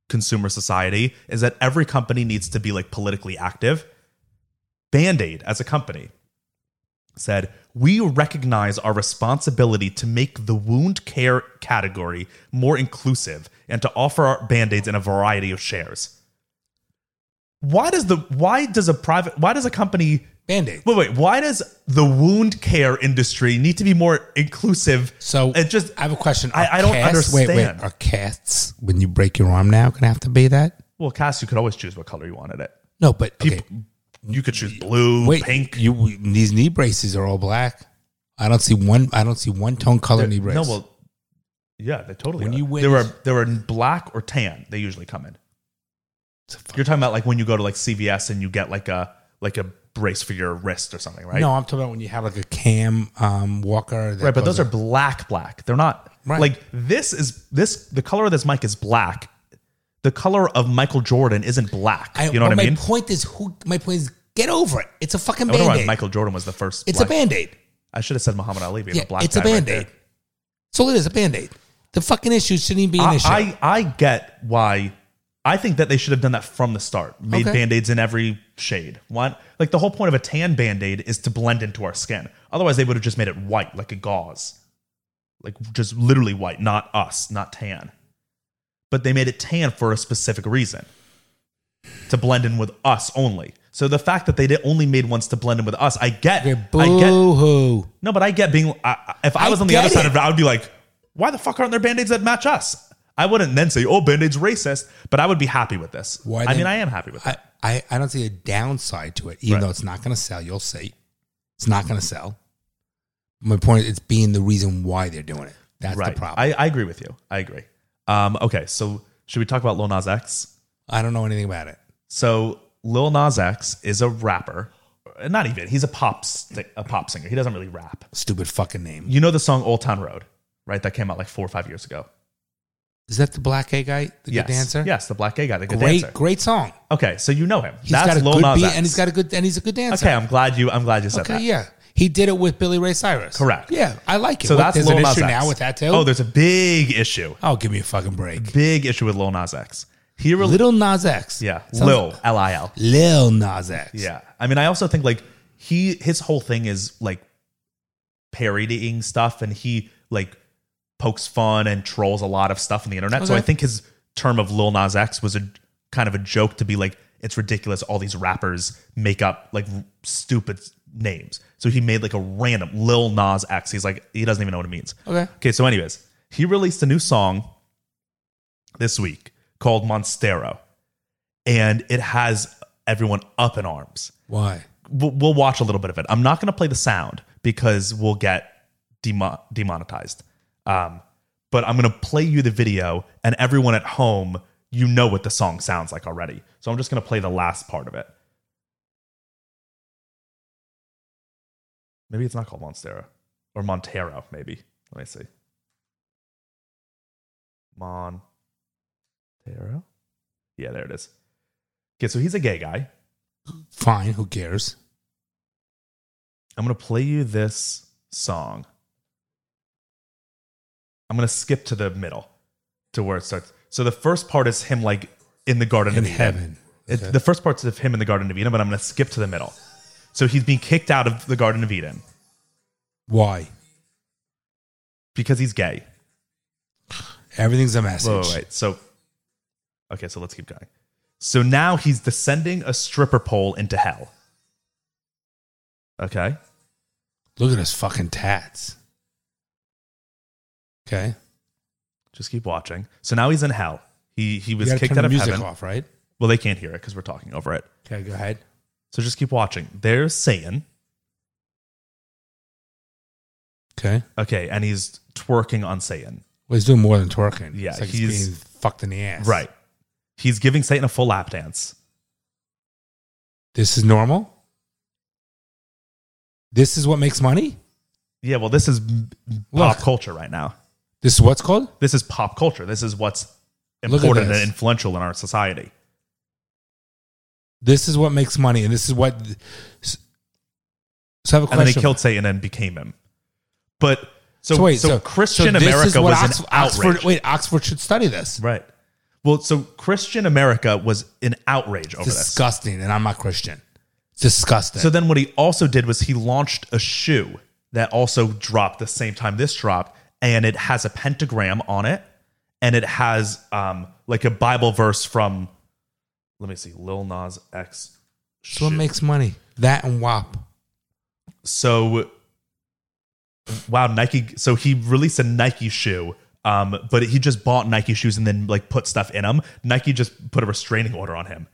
Speaker 2: consumer society is that every company needs to be like politically active. Band-Aid as a company said, "We recognize our responsibility to make the wound care category more inclusive and to offer our Band-Aids in a variety of shares." Why does the why does a private why does a company
Speaker 3: Band-Aid.
Speaker 2: Wait, wait. Why does the wound care industry need to be more inclusive?
Speaker 3: So
Speaker 2: it just
Speaker 3: I have a question.
Speaker 2: I-
Speaker 3: Are
Speaker 2: I don't
Speaker 3: Wait, wait.
Speaker 2: understand.
Speaker 3: Are casts when you break your arm now going to have to be that?
Speaker 2: well, Cass, you could always choose what color you wanted it.
Speaker 3: No, but okay.
Speaker 2: You could choose blue,
Speaker 3: Wait,
Speaker 2: pink.
Speaker 3: You these knee braces are all black. I don't see one. I don't see one tone color knee brace.
Speaker 2: no, well, yeah, they totally.
Speaker 3: When
Speaker 2: are.
Speaker 3: you win-
Speaker 2: there were there were black or tan. They usually come in.
Speaker 3: It's a fuck-
Speaker 2: You're talking about like when you go to like CVS and you get like a like a brace for your wrist or something, right?
Speaker 3: no, I'm talking about when you have like a cam um, walker. that
Speaker 2: right. But
Speaker 3: goes
Speaker 2: those are black, black. They're not
Speaker 3: Right.
Speaker 2: like this is this. The color of this mic is black. The color of Michael Jordan isn't black.
Speaker 3: I,
Speaker 2: you know
Speaker 3: but
Speaker 2: what I mean?
Speaker 3: My point is, who? My point is, get over it. It's a fucking
Speaker 2: I wonder
Speaker 3: band
Speaker 2: why
Speaker 3: aid.
Speaker 2: Michael Jordan was the first.
Speaker 3: it's a
Speaker 2: black-
Speaker 3: band aid.
Speaker 2: I should have said Muhammad Ali. Being
Speaker 3: Yeah,
Speaker 2: a black
Speaker 3: it's a
Speaker 2: guy right
Speaker 3: band aid.
Speaker 2: there.
Speaker 3: so it is a band aid. The fucking issue shouldn't even be an issue.
Speaker 2: I, I I get why. I think that they should have done that from the start. Made
Speaker 3: Okay.
Speaker 2: band aids in every shade. One like the whole point of a tan band aid is to blend into our skin. Otherwise, they would have just made it white, like a gauze, like just literally white, not us, not tan. But they made it tan for a specific reason, to blend in with us only. So the fact that they did only made ones to blend in with us, I get.
Speaker 3: You're
Speaker 2: I get
Speaker 3: boo-hoo.
Speaker 2: No, but I get being. I- I, if I
Speaker 3: I
Speaker 2: was on the
Speaker 3: get
Speaker 2: other side
Speaker 3: it.
Speaker 2: of it, I would be like, "Why the fuck aren't there band aids that match us?" I wouldn't then say, "Oh, band aids racist," but I would be happy with this.
Speaker 3: Why
Speaker 2: I
Speaker 3: then-
Speaker 2: mean, I am happy with
Speaker 3: I,
Speaker 2: that.
Speaker 3: I, I don't see a downside to it, even
Speaker 2: Right.
Speaker 3: though it's not going to sell. You'll see. It's not going to sell. My point is, it's being the reason why they're doing it. That's
Speaker 2: right.
Speaker 3: the problem.
Speaker 2: I, I agree with you. I agree. Um, okay, so should we talk about Lil Nas X?
Speaker 3: I, don't know anything about it.
Speaker 2: So Lil Nas X is a rapper. Not even. He's a pop sti- a pop singer. He doesn't really rap.
Speaker 3: Stupid fucking name.
Speaker 2: You know the song "Old Town Road," right? That came out like four or five years ago.
Speaker 3: Is that the black gay guy, the
Speaker 2: yes.
Speaker 3: good dancer?
Speaker 2: Yes, the black gay guy, the good
Speaker 3: Great,
Speaker 2: dancer.
Speaker 3: great song.
Speaker 2: Okay, so you know him.
Speaker 3: He's
Speaker 2: That's
Speaker 3: got a
Speaker 2: Lil
Speaker 3: good
Speaker 2: Nas
Speaker 3: beat,
Speaker 2: X.
Speaker 3: and he's got a good, and he's a good dancer.
Speaker 2: okay, I'm glad you. I'm glad you said
Speaker 3: Okay,
Speaker 2: that.
Speaker 3: yeah. He did it with Billy Ray Cyrus.
Speaker 2: Correct.
Speaker 3: Yeah, I like it.
Speaker 2: So
Speaker 3: What,
Speaker 2: that's
Speaker 3: there's
Speaker 2: Lil
Speaker 3: an
Speaker 2: Nas
Speaker 3: issue
Speaker 2: X.
Speaker 3: now with that too.
Speaker 2: Oh, there's a big issue,
Speaker 3: oh, give me a fucking break.
Speaker 2: big issue with Lil Nas X. He really,
Speaker 3: Little Nas X.
Speaker 2: yeah,
Speaker 3: Sounds-
Speaker 2: Lil L I L.
Speaker 3: Lil Nas X.
Speaker 2: Yeah, I mean, I also think like he his whole thing is like parodying stuff, and he like pokes fun and trolls a lot of stuff on the internet. So
Speaker 3: Okay.
Speaker 2: I think his term of Lil Nas X was a kind of a joke to be like, it's ridiculous. All these rappers make up like stupid names. So he made like a random Lil Nas X. He's like, he doesn't even know what it means.
Speaker 3: Okay.
Speaker 2: Okay, so anyways, he released a new song this week called Monstero, and it has everyone up in arms.
Speaker 3: Why?
Speaker 2: We'll, we'll watch a little bit of it. I'm not going to play the sound because we'll get demo- demonetized. Um, but I'm going to play you the video, and everyone at home, you know what the song sounds like already. So I'm just going to play the last part of it. Maybe it's not called Monstero or Montero, maybe. Let me see. Montero? Yeah, there it is. Okay, so he's a gay guy.
Speaker 3: Fine. Who cares?
Speaker 2: I'm going to play you this song. I'm gonna skip to the middle, to where it starts. So the first part is him like in the Garden
Speaker 3: in
Speaker 2: of Eden.
Speaker 3: heaven.
Speaker 2: It- The first part's of him in the Garden of Eden, but I'm gonna skip to the middle. So he's being kicked out of the Garden of Eden
Speaker 3: Why?
Speaker 2: because he's gay.
Speaker 3: Everything's a message.
Speaker 2: Wait, wait, wait. So, okay, so let's keep going. So now he's descending a stripper pole into hell. Okay.
Speaker 3: Look at his fucking tats. Okay.
Speaker 2: Just keep watching. So now he's in hell. He he
Speaker 3: You
Speaker 2: was
Speaker 3: gotta
Speaker 2: kicked
Speaker 3: turn
Speaker 2: out
Speaker 3: the
Speaker 2: of
Speaker 3: music
Speaker 2: heaven.
Speaker 3: off, right?
Speaker 2: Well, they can't hear it because we're talking over it.
Speaker 3: Okay, go ahead.
Speaker 2: So just keep watching. There's Satan.
Speaker 3: Okay.
Speaker 2: Okay, and he's twerking on Satan.
Speaker 3: Well, he's doing more than twerking.
Speaker 2: Yeah,
Speaker 3: It's like
Speaker 2: he's-
Speaker 3: he's being fucked in the ass.
Speaker 2: Right. He's giving Satan a full lap dance.
Speaker 3: This is normal. This is what makes money.
Speaker 2: Yeah, well, this is m-
Speaker 3: Look.
Speaker 2: pop culture right now.
Speaker 3: This is what's called.
Speaker 2: This is pop culture. This is what's
Speaker 3: Look at
Speaker 2: important and
Speaker 3: this.
Speaker 2: influential in our society.
Speaker 3: This is what makes money, and this is what. So I have a
Speaker 2: and then he
Speaker 3: question.
Speaker 2: killed Satan and became him. But so so, Christian
Speaker 3: this is
Speaker 2: America
Speaker 3: what
Speaker 2: was
Speaker 3: Oxf-
Speaker 2: an outrage,
Speaker 3: Oxford, wait, Oxford should study this.
Speaker 2: right? Well, so Christian America was an outrage over this.
Speaker 3: disgusting, and I'm not Christian. It's disgusting.
Speaker 2: So then what he also did was he launched a shoe that also dropped the same time this dropped, and it has a pentagram on it, and it has um like a Bible verse from let me see, Lil Nas X.
Speaker 3: That's what
Speaker 2: shoe.
Speaker 3: makes money. That and WAP.
Speaker 2: so wow nike so he released a nike shoe um, but he just bought nike shoes and then like put stuff in them nike just put a restraining order on him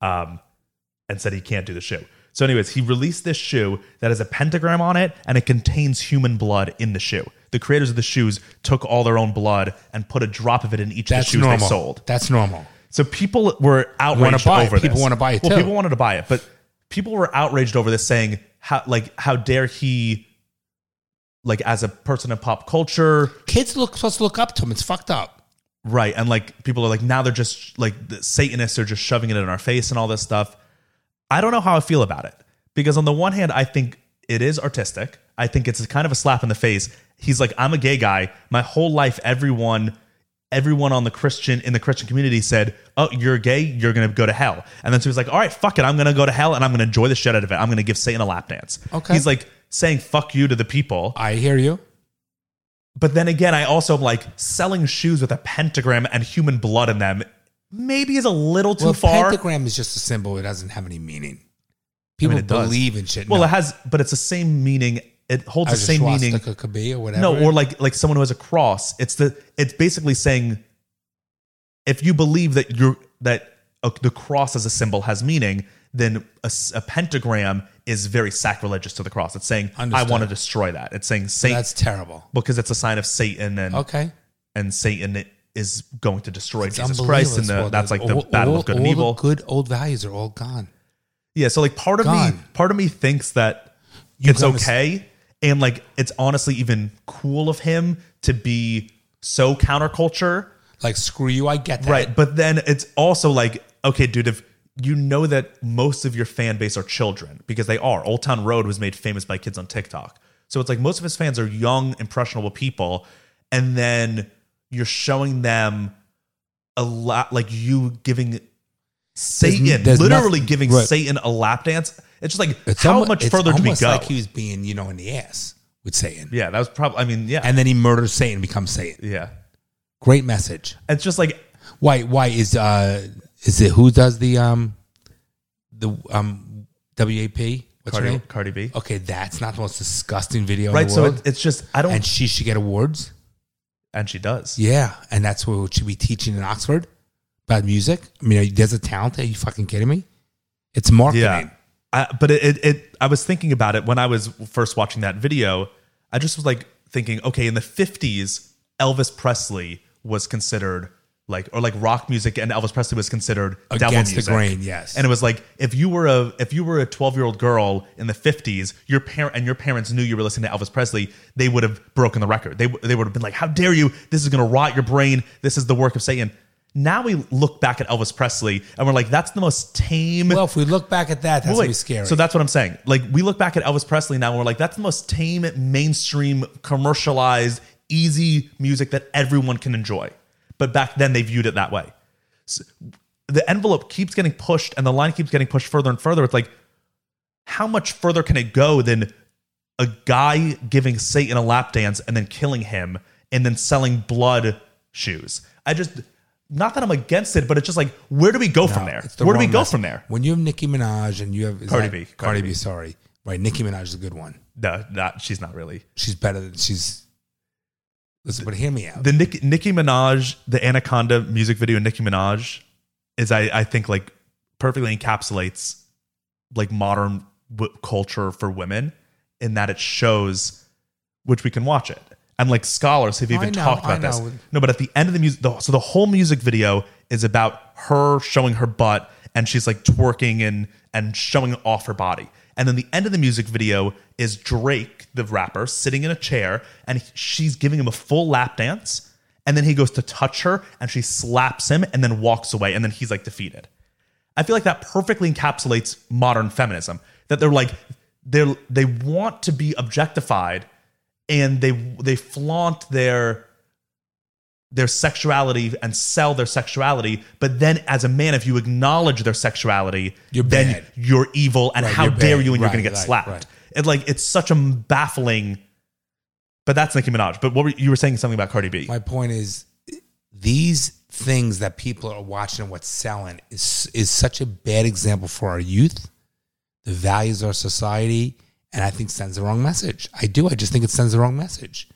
Speaker 2: um, and said he can't do the shoe so anyways he released this shoe that has a pentagram on it and it contains human blood in the shoe the creators of the shoes took all their own blood and put a drop of it in each of the
Speaker 3: That's
Speaker 2: shoes
Speaker 3: normal.
Speaker 2: they sold
Speaker 3: That's normal.
Speaker 2: so people were outraged
Speaker 3: buy it.
Speaker 2: over this.
Speaker 3: People wanna buy it,
Speaker 2: Well,
Speaker 3: too.
Speaker 2: people wanted to buy it, but people were outraged over this, saying how like how dare he, like as a person in pop culture,
Speaker 3: Kids look supposed to look up to him. It's fucked up.
Speaker 2: right? And like people are like now they're just like the Satanists are just shoving it in our face and all this stuff. I don't know how I feel about it because on the one hand, I think it is artistic. I think it's kind of a slap in the face. He's like, I'm a gay guy. My whole life, everyone, everyone on the Christian in the Christian community said, "Oh, you're gay. You're gonna go to hell." And then so he's like, "All right, fuck it. I'm gonna go to hell and I'm gonna enjoy the shit out of it. I'm gonna give Satan a lap dance."
Speaker 3: Okay.
Speaker 2: He's like saying "fuck you" to the people.
Speaker 3: I hear you.
Speaker 2: But then again, I also am like selling shoes with a pentagram and human blood in them. Maybe is a little too
Speaker 3: well,
Speaker 2: far.
Speaker 3: pentagram is just a symbol. It doesn't have any meaning. People
Speaker 2: it does.
Speaker 3: believe in shit.
Speaker 2: well,
Speaker 3: No.
Speaker 2: it has, but it's the same meaning. It holds the
Speaker 3: As a
Speaker 2: same meaning.
Speaker 3: swastika could be or whatever.
Speaker 2: No, or like like someone who has a cross. It's the it's basically saying if you believe that you're that a, the cross as a symbol has meaning, then a, s- a pentagram is very sacrilegious to the cross. It's saying I
Speaker 3: Understood.
Speaker 2: want to destroy that. It's saying Satan
Speaker 3: that's terrible.
Speaker 2: because it's a sign of Satan and
Speaker 3: Okay.
Speaker 2: and Satan is going to destroy
Speaker 3: It's
Speaker 2: Jesus
Speaker 3: unbelievable
Speaker 2: Christ, and
Speaker 3: this
Speaker 2: the,
Speaker 3: world
Speaker 2: that's
Speaker 3: is.
Speaker 2: like the
Speaker 3: All-
Speaker 2: battle
Speaker 3: all-
Speaker 2: of good
Speaker 3: all
Speaker 2: and
Speaker 3: the
Speaker 2: evil.
Speaker 3: good old values are all gone.
Speaker 2: yeah, so like part of me,
Speaker 3: Gone.
Speaker 2: part of me thinks that
Speaker 3: You
Speaker 2: it's
Speaker 3: promised-
Speaker 2: okay, and like it's honestly even cool of him to be so counterculture,
Speaker 3: Like screw you, I get that.
Speaker 2: right? But then it's also like, okay, dude, if you know that most of your fan base are children because they are. Old Town Road was made famous by kids on TikTok, so it's like most of his fans are young, impressionable people, and then you're showing them a lot like you giving Satan
Speaker 3: there's
Speaker 2: literally
Speaker 3: nothing-
Speaker 2: giving
Speaker 3: right.
Speaker 2: Satan a lap dance. It's just like
Speaker 3: It's
Speaker 2: how
Speaker 3: almo-
Speaker 2: much
Speaker 3: it's
Speaker 2: further do we
Speaker 3: almost
Speaker 2: go?
Speaker 3: Like he was being, you know, in the ass with Satan,
Speaker 2: yeah, that was probably. I mean, yeah,
Speaker 3: and then he murders Satan, becomes Satan.
Speaker 2: yeah.
Speaker 3: Great message.
Speaker 2: It's just like
Speaker 3: Why? Why is uh is it who does the um the um WAP? What's her
Speaker 2: Cardi,
Speaker 3: name?
Speaker 2: Cardi B,
Speaker 3: Okay, that's not the most disgusting video,
Speaker 2: right?
Speaker 3: In the
Speaker 2: So
Speaker 3: world.
Speaker 2: it, it's just I don't,
Speaker 3: and
Speaker 2: and,
Speaker 3: she should get awards.
Speaker 2: she does.
Speaker 3: Yeah, and that's what should be teaching in Oxford about music. I mean, there's a talent. Are you fucking kidding me? It's marketing.
Speaker 2: Yeah. I, but it, it, it, I was thinking about it when I was first watching that video. I just was like thinking, okay, in the 50s, Elvis Presley was considered like, or like rock music and Elvis Presley was considered devil
Speaker 3: Against the
Speaker 2: music.
Speaker 3: grain, yes.
Speaker 2: And it was like, if you were a, if you were a 12 year old girl in the 50s, your parent and your parents knew you were listening to Elvis Presley, they would have broken the record. They, w- they would have been like, how dare you? This is going to rot your brain. This is the work of Satan. Now we look back at Elvis Presley and we're like, that's the most tame
Speaker 3: Well, if we look back at that, that's
Speaker 2: Wait,
Speaker 3: gonna be scary.
Speaker 2: So that's what I'm saying. Like we look back at Elvis Presley now, and we're like, that's the most tame, mainstream, commercialized, easy music that everyone can enjoy. But back then they viewed it that way. S- the envelope keeps getting pushed and the line keeps getting pushed further and further. It's like, how much further can it go than a guy giving Satan a lap dance and then killing him and then selling blood shoes? I just, not that I'm against it, but it's just like, where do we go from
Speaker 4: No,
Speaker 2: there?
Speaker 4: it's the
Speaker 2: Where do we
Speaker 4: wrong
Speaker 2: go
Speaker 4: message.
Speaker 2: from there?
Speaker 4: When you have Nicki Minaj and you have is
Speaker 2: Cardi
Speaker 4: that-
Speaker 2: B,
Speaker 4: Cardi,
Speaker 2: Cardi
Speaker 4: B.
Speaker 2: B.
Speaker 4: Sorry, right? Nicki Minaj is a good one.
Speaker 2: No, not, she's not really.
Speaker 4: She's better than she's. Listen, but hear me out.
Speaker 2: the Nick, Nicki Minaj, the Anaconda music video, Nicki Minaj, is I, I think like perfectly encapsulates like modern w- culture for women in that it shows, which we can watch it. And like scholars have
Speaker 4: I
Speaker 2: even
Speaker 4: know,
Speaker 2: talked
Speaker 4: I
Speaker 2: about this.
Speaker 4: know.
Speaker 2: No, but at the end of the music, the, so the whole music video is about her showing her butt and she's like twerking and and showing off her body. And then the end of the music video is Drake, the rapper, sitting in a chair and he- she's giving him a full lap dance. And then he goes to touch her and she slaps him and then walks away. And then he's like defeated. I feel like that perfectly encapsulates modern feminism. That they're like they they want to be objectified, and they they flaunt their their sexuality and sell their sexuality. But then, as a man, if you acknowledge their sexuality,
Speaker 4: You're
Speaker 2: then
Speaker 4: bad.
Speaker 2: you're evil, and
Speaker 4: Right,
Speaker 2: how
Speaker 4: you're
Speaker 2: dare
Speaker 4: bad.
Speaker 2: you? And you're
Speaker 4: Right,
Speaker 2: going to get
Speaker 4: right,
Speaker 2: slapped.
Speaker 4: right.
Speaker 2: It like it's such a baffling. But that's Nicki Minaj. But what were, you were saying something about Cardi B?
Speaker 4: My point is, these things that people are watching and what's selling is is such a bad example for our youth, the values of our society, and I think sends the wrong message. I do. I just think it sends the wrong message.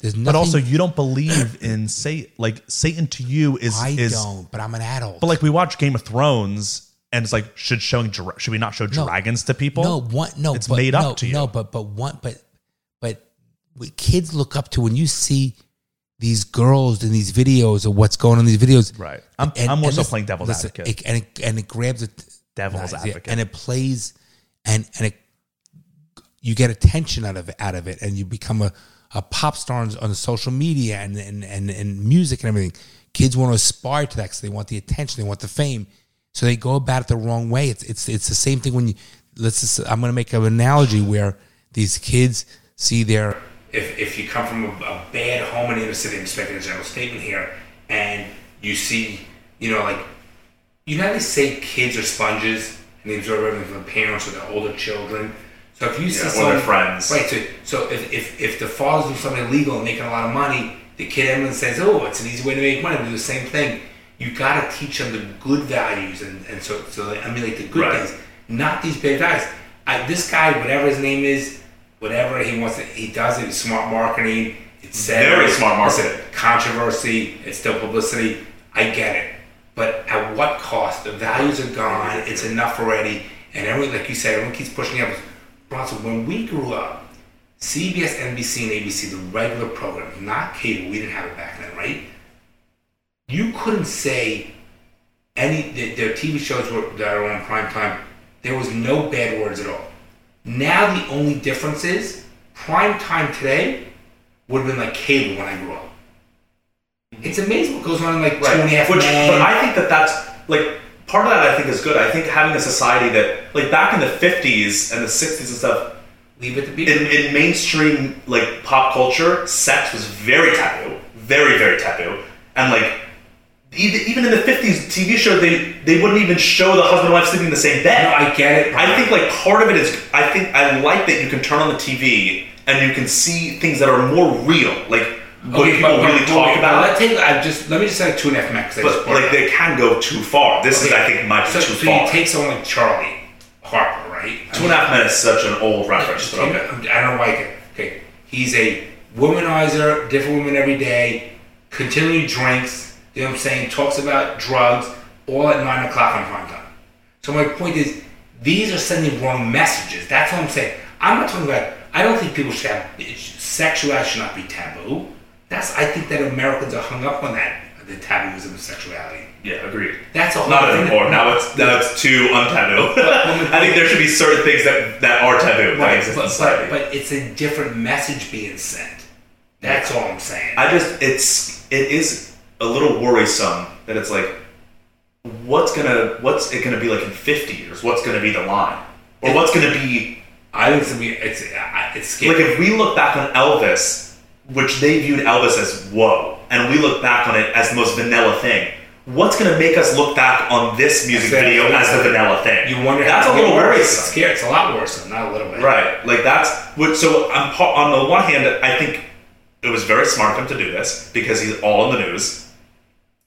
Speaker 4: There's nothing.
Speaker 2: but also, you don't believe in say like Satan to you is
Speaker 4: I
Speaker 2: is
Speaker 4: don't. But I'm an adult.
Speaker 2: But like we watch Game of Thrones, and it's like should showing dra- should we not show
Speaker 4: No.
Speaker 2: dragons to people?
Speaker 4: No, one, no,
Speaker 2: It's
Speaker 4: but,
Speaker 2: made up
Speaker 4: no,
Speaker 2: to you.
Speaker 4: No, but but one, but but what kids look up to when you see these girls in these videos or what's going on in these videos.
Speaker 2: right. I'm I'm more so
Speaker 4: listen-
Speaker 2: playing devil's
Speaker 4: listen,
Speaker 2: advocate.
Speaker 4: It, and it and it grabs it.
Speaker 2: Devil's
Speaker 4: not-
Speaker 2: advocate.
Speaker 4: and it plays, and and it you get attention out of out of it, and you become a, a pop star on, on social media and, and and and music and everything. Kids want to aspire to that because they want the attention, they want the fame, so they go about it the wrong way. It's it's it's the same thing when you let's. Just, I'm going to make an analogy where these kids see their
Speaker 3: if, if you come from a, a bad home in the inner city, I'm just making a general statement here, and you see, you know, like, you know how they say kids are sponges and they absorb everything from the parents or their older children? So if you see
Speaker 2: or their
Speaker 3: someone,
Speaker 2: friends.
Speaker 3: Right, so, so if, if, if the father's doing something illegal and making a lot of money, the kid Emily says, oh, it's an easy way to make money, we do the same thing. You gotta teach them the good values and, and so, so they emulate the good
Speaker 2: Right.
Speaker 3: things, not these bad guys. I, this guy, whatever his name is, whatever he wants to, he does it. It's smart marketing. It's said,
Speaker 2: Very smart
Speaker 3: listen,
Speaker 2: marketing.
Speaker 3: controversy. It's still publicity. I get it, but at what cost? The values are gone. It's enough already. And everyone, like you said, everyone keeps pushing up. Bronson, when we grew up, CBS, NBC, and ABC, the regular program, not cable. We didn't have it back then, right? You couldn't say any the, their TV shows were, that are on prime time, there was no bad words at all. Now the only difference is prime time today would have been like cable when I grew up. It's amazing what goes on in like two and a half
Speaker 5: Which,
Speaker 3: men.
Speaker 5: but I think that that's like part of that. I think is good. I think having a society that like back in the fifties and the sixties and stuff
Speaker 3: Leave it to people.
Speaker 5: in, in mainstream like pop culture, sex was very taboo, very very taboo, and like. Even even in the fifties, TV show they they wouldn't even show the husband and wife sleeping in the same bed.
Speaker 3: No, I get it.
Speaker 5: I think like part of it is I think I like that you can turn on the TV and you can see things that are more real, like what
Speaker 3: Okay,
Speaker 5: people
Speaker 3: but- but-
Speaker 5: really
Speaker 3: but
Speaker 5: talk
Speaker 3: wait,
Speaker 5: about.
Speaker 3: but Let take, I just let me just say two and a half men. 'cause I just
Speaker 5: But
Speaker 3: brought it
Speaker 5: like
Speaker 3: up.
Speaker 5: they can go too far. This is, I think, might be
Speaker 3: so,
Speaker 5: too
Speaker 3: so
Speaker 5: far.
Speaker 3: you take someone like Charlie Harper, right? I
Speaker 5: Two
Speaker 3: mean,
Speaker 5: and a half minutes is such an old reference. But
Speaker 3: Okay,
Speaker 5: okay.
Speaker 3: I'm- I don't like it. Okay, he's a womanizer, different woman every day, continually drinks. You know what I'm saying? Talks about drugs, all at nine o'clock on prime time. So my point is, these are sending wrong messages. That's what I'm saying. I'm not talking about. I don't think people should have sexuality should not be taboo. That's I think that Americans are hung up on that the taboos of sexuality.
Speaker 5: Yeah, agreed.
Speaker 3: That's a whole
Speaker 5: Not
Speaker 3: thing.
Speaker 5: anymore. Now it's now it's too untaboo. I think there should be certain things that, that are taboo that
Speaker 3: Right,
Speaker 5: exist in
Speaker 3: but,
Speaker 5: society.
Speaker 3: but, but it's a different message being sent. That's all I'm saying.
Speaker 5: I just it's it is a little worrisome that it's like what's gonna what's it gonna be like in fifty years? What's gonna be the line? Or what's gonna be
Speaker 3: I think it's gonna be it's I- I- it's
Speaker 5: like
Speaker 3: scary.
Speaker 5: if we look back on Elvis,
Speaker 2: which they viewed Elvis as whoa, and we look back on it as the most vanilla thing. What's going to make us look back on this music
Speaker 3: That's it.
Speaker 2: video as the vanilla thing?
Speaker 3: You wonder
Speaker 2: That's
Speaker 3: how
Speaker 2: a little
Speaker 3: It's
Speaker 2: worrisome,
Speaker 3: scary. It's a lot worse, not a little bit.
Speaker 2: right? Like that's what. So I'm, pa- on the one hand, I think it was very smart of him to do this because he's all in the news.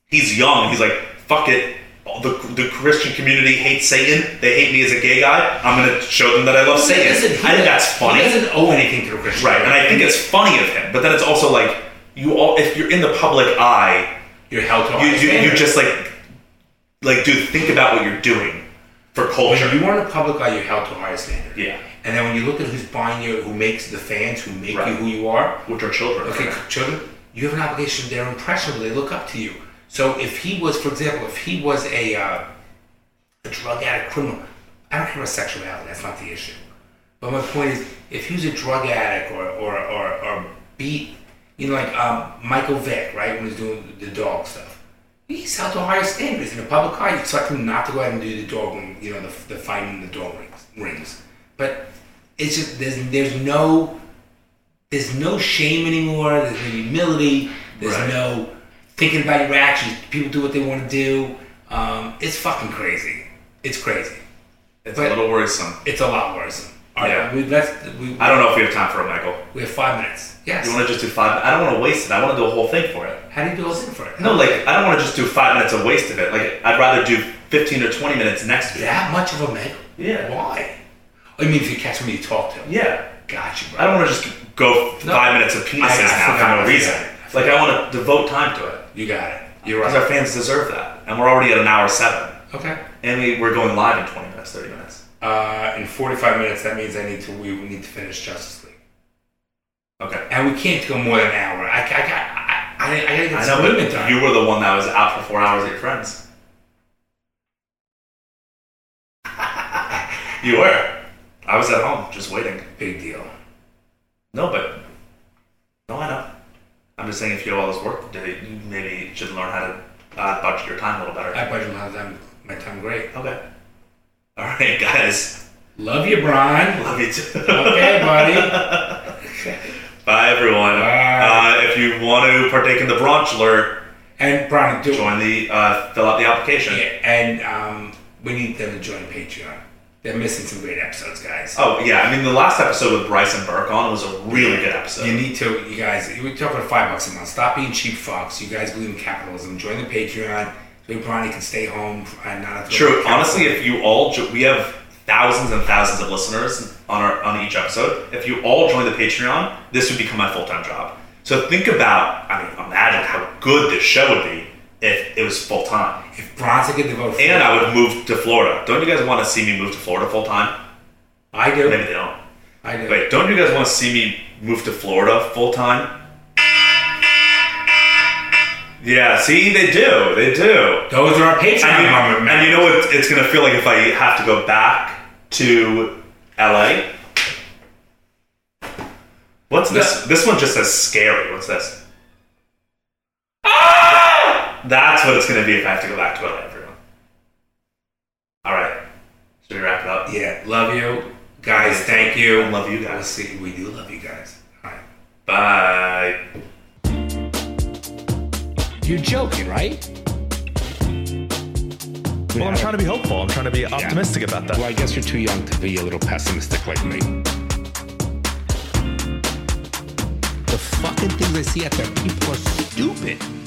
Speaker 2: He's young. He's like, fuck it. All The, the Christian community hates Satan. They hate me as a gay guy. I'm going to show them that I love
Speaker 3: He
Speaker 2: Satan.
Speaker 3: doesn't- he
Speaker 2: I think
Speaker 3: doesn't-
Speaker 2: that's funny.
Speaker 3: He doesn't owe anything to the Christian.
Speaker 2: Right, and I think it's funny of him, but then it's also like you all if you're in the public eye,
Speaker 3: you're held to a
Speaker 2: you
Speaker 3: high
Speaker 2: you, you
Speaker 3: standard.
Speaker 2: just like like dude, think about what you're doing for culture.
Speaker 3: When you are in the public eye, you're held to a higher standard.
Speaker 2: Yeah.
Speaker 3: And then when you look at who's buying you, who makes the fans, who make
Speaker 2: Right.
Speaker 3: you who you are,
Speaker 2: Which are children.
Speaker 3: okay, children, you have an obligation. They're impressionable. They look up to you. So if he was, for example, if he was a, uh, a drug addict criminal, I don't care about sexuality. That's not the issue. But my point is, if he was a drug addict or or or, or beat, you know, like um, Michael Vick, right, when he was doing the dog stuff, he's held to a higher standard. He's in the public eye. You expect him not to go out and do the dog, ring, you know, the the finding the dog rings rings. But it's just there's there's no there's no shame anymore. There's no humility. There's
Speaker 2: Right.
Speaker 3: no thinking about your actions. People do what they want to do. Um, it's fucking crazy. It's crazy.
Speaker 2: It's
Speaker 3: but-
Speaker 2: a little worrisome.
Speaker 3: It's a lot worse. All right,
Speaker 2: Yeah.
Speaker 3: we, let's, we,
Speaker 2: I don't know if we have time for it, Michael.
Speaker 3: we have five minutes. Yes.
Speaker 2: You wanna just do five I don't wanna waste it. I wanna do a whole thing for it.
Speaker 3: How do you do all in for it?
Speaker 2: No, like I don't wanna just do five minutes of waste of it. Like I'd rather do fifteen or twenty minutes next week.
Speaker 3: That much of a mega?
Speaker 2: Yeah.
Speaker 3: Why? I mean, if you catch me, you talk to him.
Speaker 2: Yeah.
Speaker 3: Gotcha, bro.
Speaker 2: I don't wanna just go
Speaker 3: No.
Speaker 2: five minutes of penises
Speaker 3: I- I
Speaker 2: now
Speaker 3: forgot.
Speaker 2: for no reason. Like I wanna devote time to it.
Speaker 3: You got it. You're
Speaker 2: Because our
Speaker 3: right.
Speaker 2: fans deserve that. And we're already at an hour seven.
Speaker 3: Okay.
Speaker 2: And we, we're going live in 20 minutes, 30 minutes.
Speaker 3: Uh, in 45 minutes, that means I need to. We need to finish Justice League,
Speaker 2: Okay.
Speaker 3: and we can't go more than an hour. I, I, I, I, I, I gotta get
Speaker 2: I
Speaker 3: some
Speaker 2: know,
Speaker 3: movement done.
Speaker 2: but you were the one that was out for four hours at your friends. you were. I was at home, just waiting.
Speaker 3: Big deal.
Speaker 2: No, but. No, I know. I'm just saying if you have all this work to do, you maybe should learn how to uh, budget your time a little better.
Speaker 3: I budget my time. My time great.
Speaker 2: Okay. All right, guys.
Speaker 3: Love you, Brian.
Speaker 2: Love you too.
Speaker 3: Okay, buddy.
Speaker 2: Bye, everyone.
Speaker 3: Bye.
Speaker 2: Uh, if you want to partake in the branch alert,
Speaker 3: And Brian, do
Speaker 2: join the uh, fill out the application.
Speaker 3: Yeah, and um, we need them to join Patreon. They're missing some great episodes, guys.
Speaker 2: Oh yeah, I mean the last episode with Bryson Burke on was a really good episode.
Speaker 3: You need to, you guys. We're talking five bucks a month. Stop being cheap fucks. You guys believe in capitalism. Join the Patreon. So Brian can stay home and not have to. go
Speaker 2: True.
Speaker 3: to
Speaker 2: Honestly, if you all jo- we have thousands and thousands of listeners on our on each episode. If you all join the Patreon, this would become my full time job. So think about, I mean, imagine how good this show would be if it was full time.
Speaker 3: if Bronson could devote, full-
Speaker 2: And I would move to Florida. Don't you guys want to see me move to Florida full time?
Speaker 3: I do,
Speaker 2: Maybe they don't.
Speaker 3: I do.
Speaker 2: Wait, don't you guys want to see me move to Florida full time? Yeah, see, they do, they do.
Speaker 3: Those are our Patreon
Speaker 2: And you,
Speaker 3: members.
Speaker 2: and you know what it's gonna feel like if I have to go back to LA? What's this? This one just says scary. What's this? Ah! That's what it's gonna be if I have to go back to LA, everyone. All right, should we wrap it up?
Speaker 3: Yeah, love you, guys. Thank you.
Speaker 2: I love you
Speaker 3: We'll
Speaker 2: guys.
Speaker 3: see. We do love you guys. All right.
Speaker 2: Bye.
Speaker 6: You're joking, right?
Speaker 7: Well, I'm trying to be hopeful. I'm trying to be optimistic about that.
Speaker 8: Well, I guess you're too young to be a little pessimistic like me.
Speaker 6: The fucking things I see out there, people are stupid.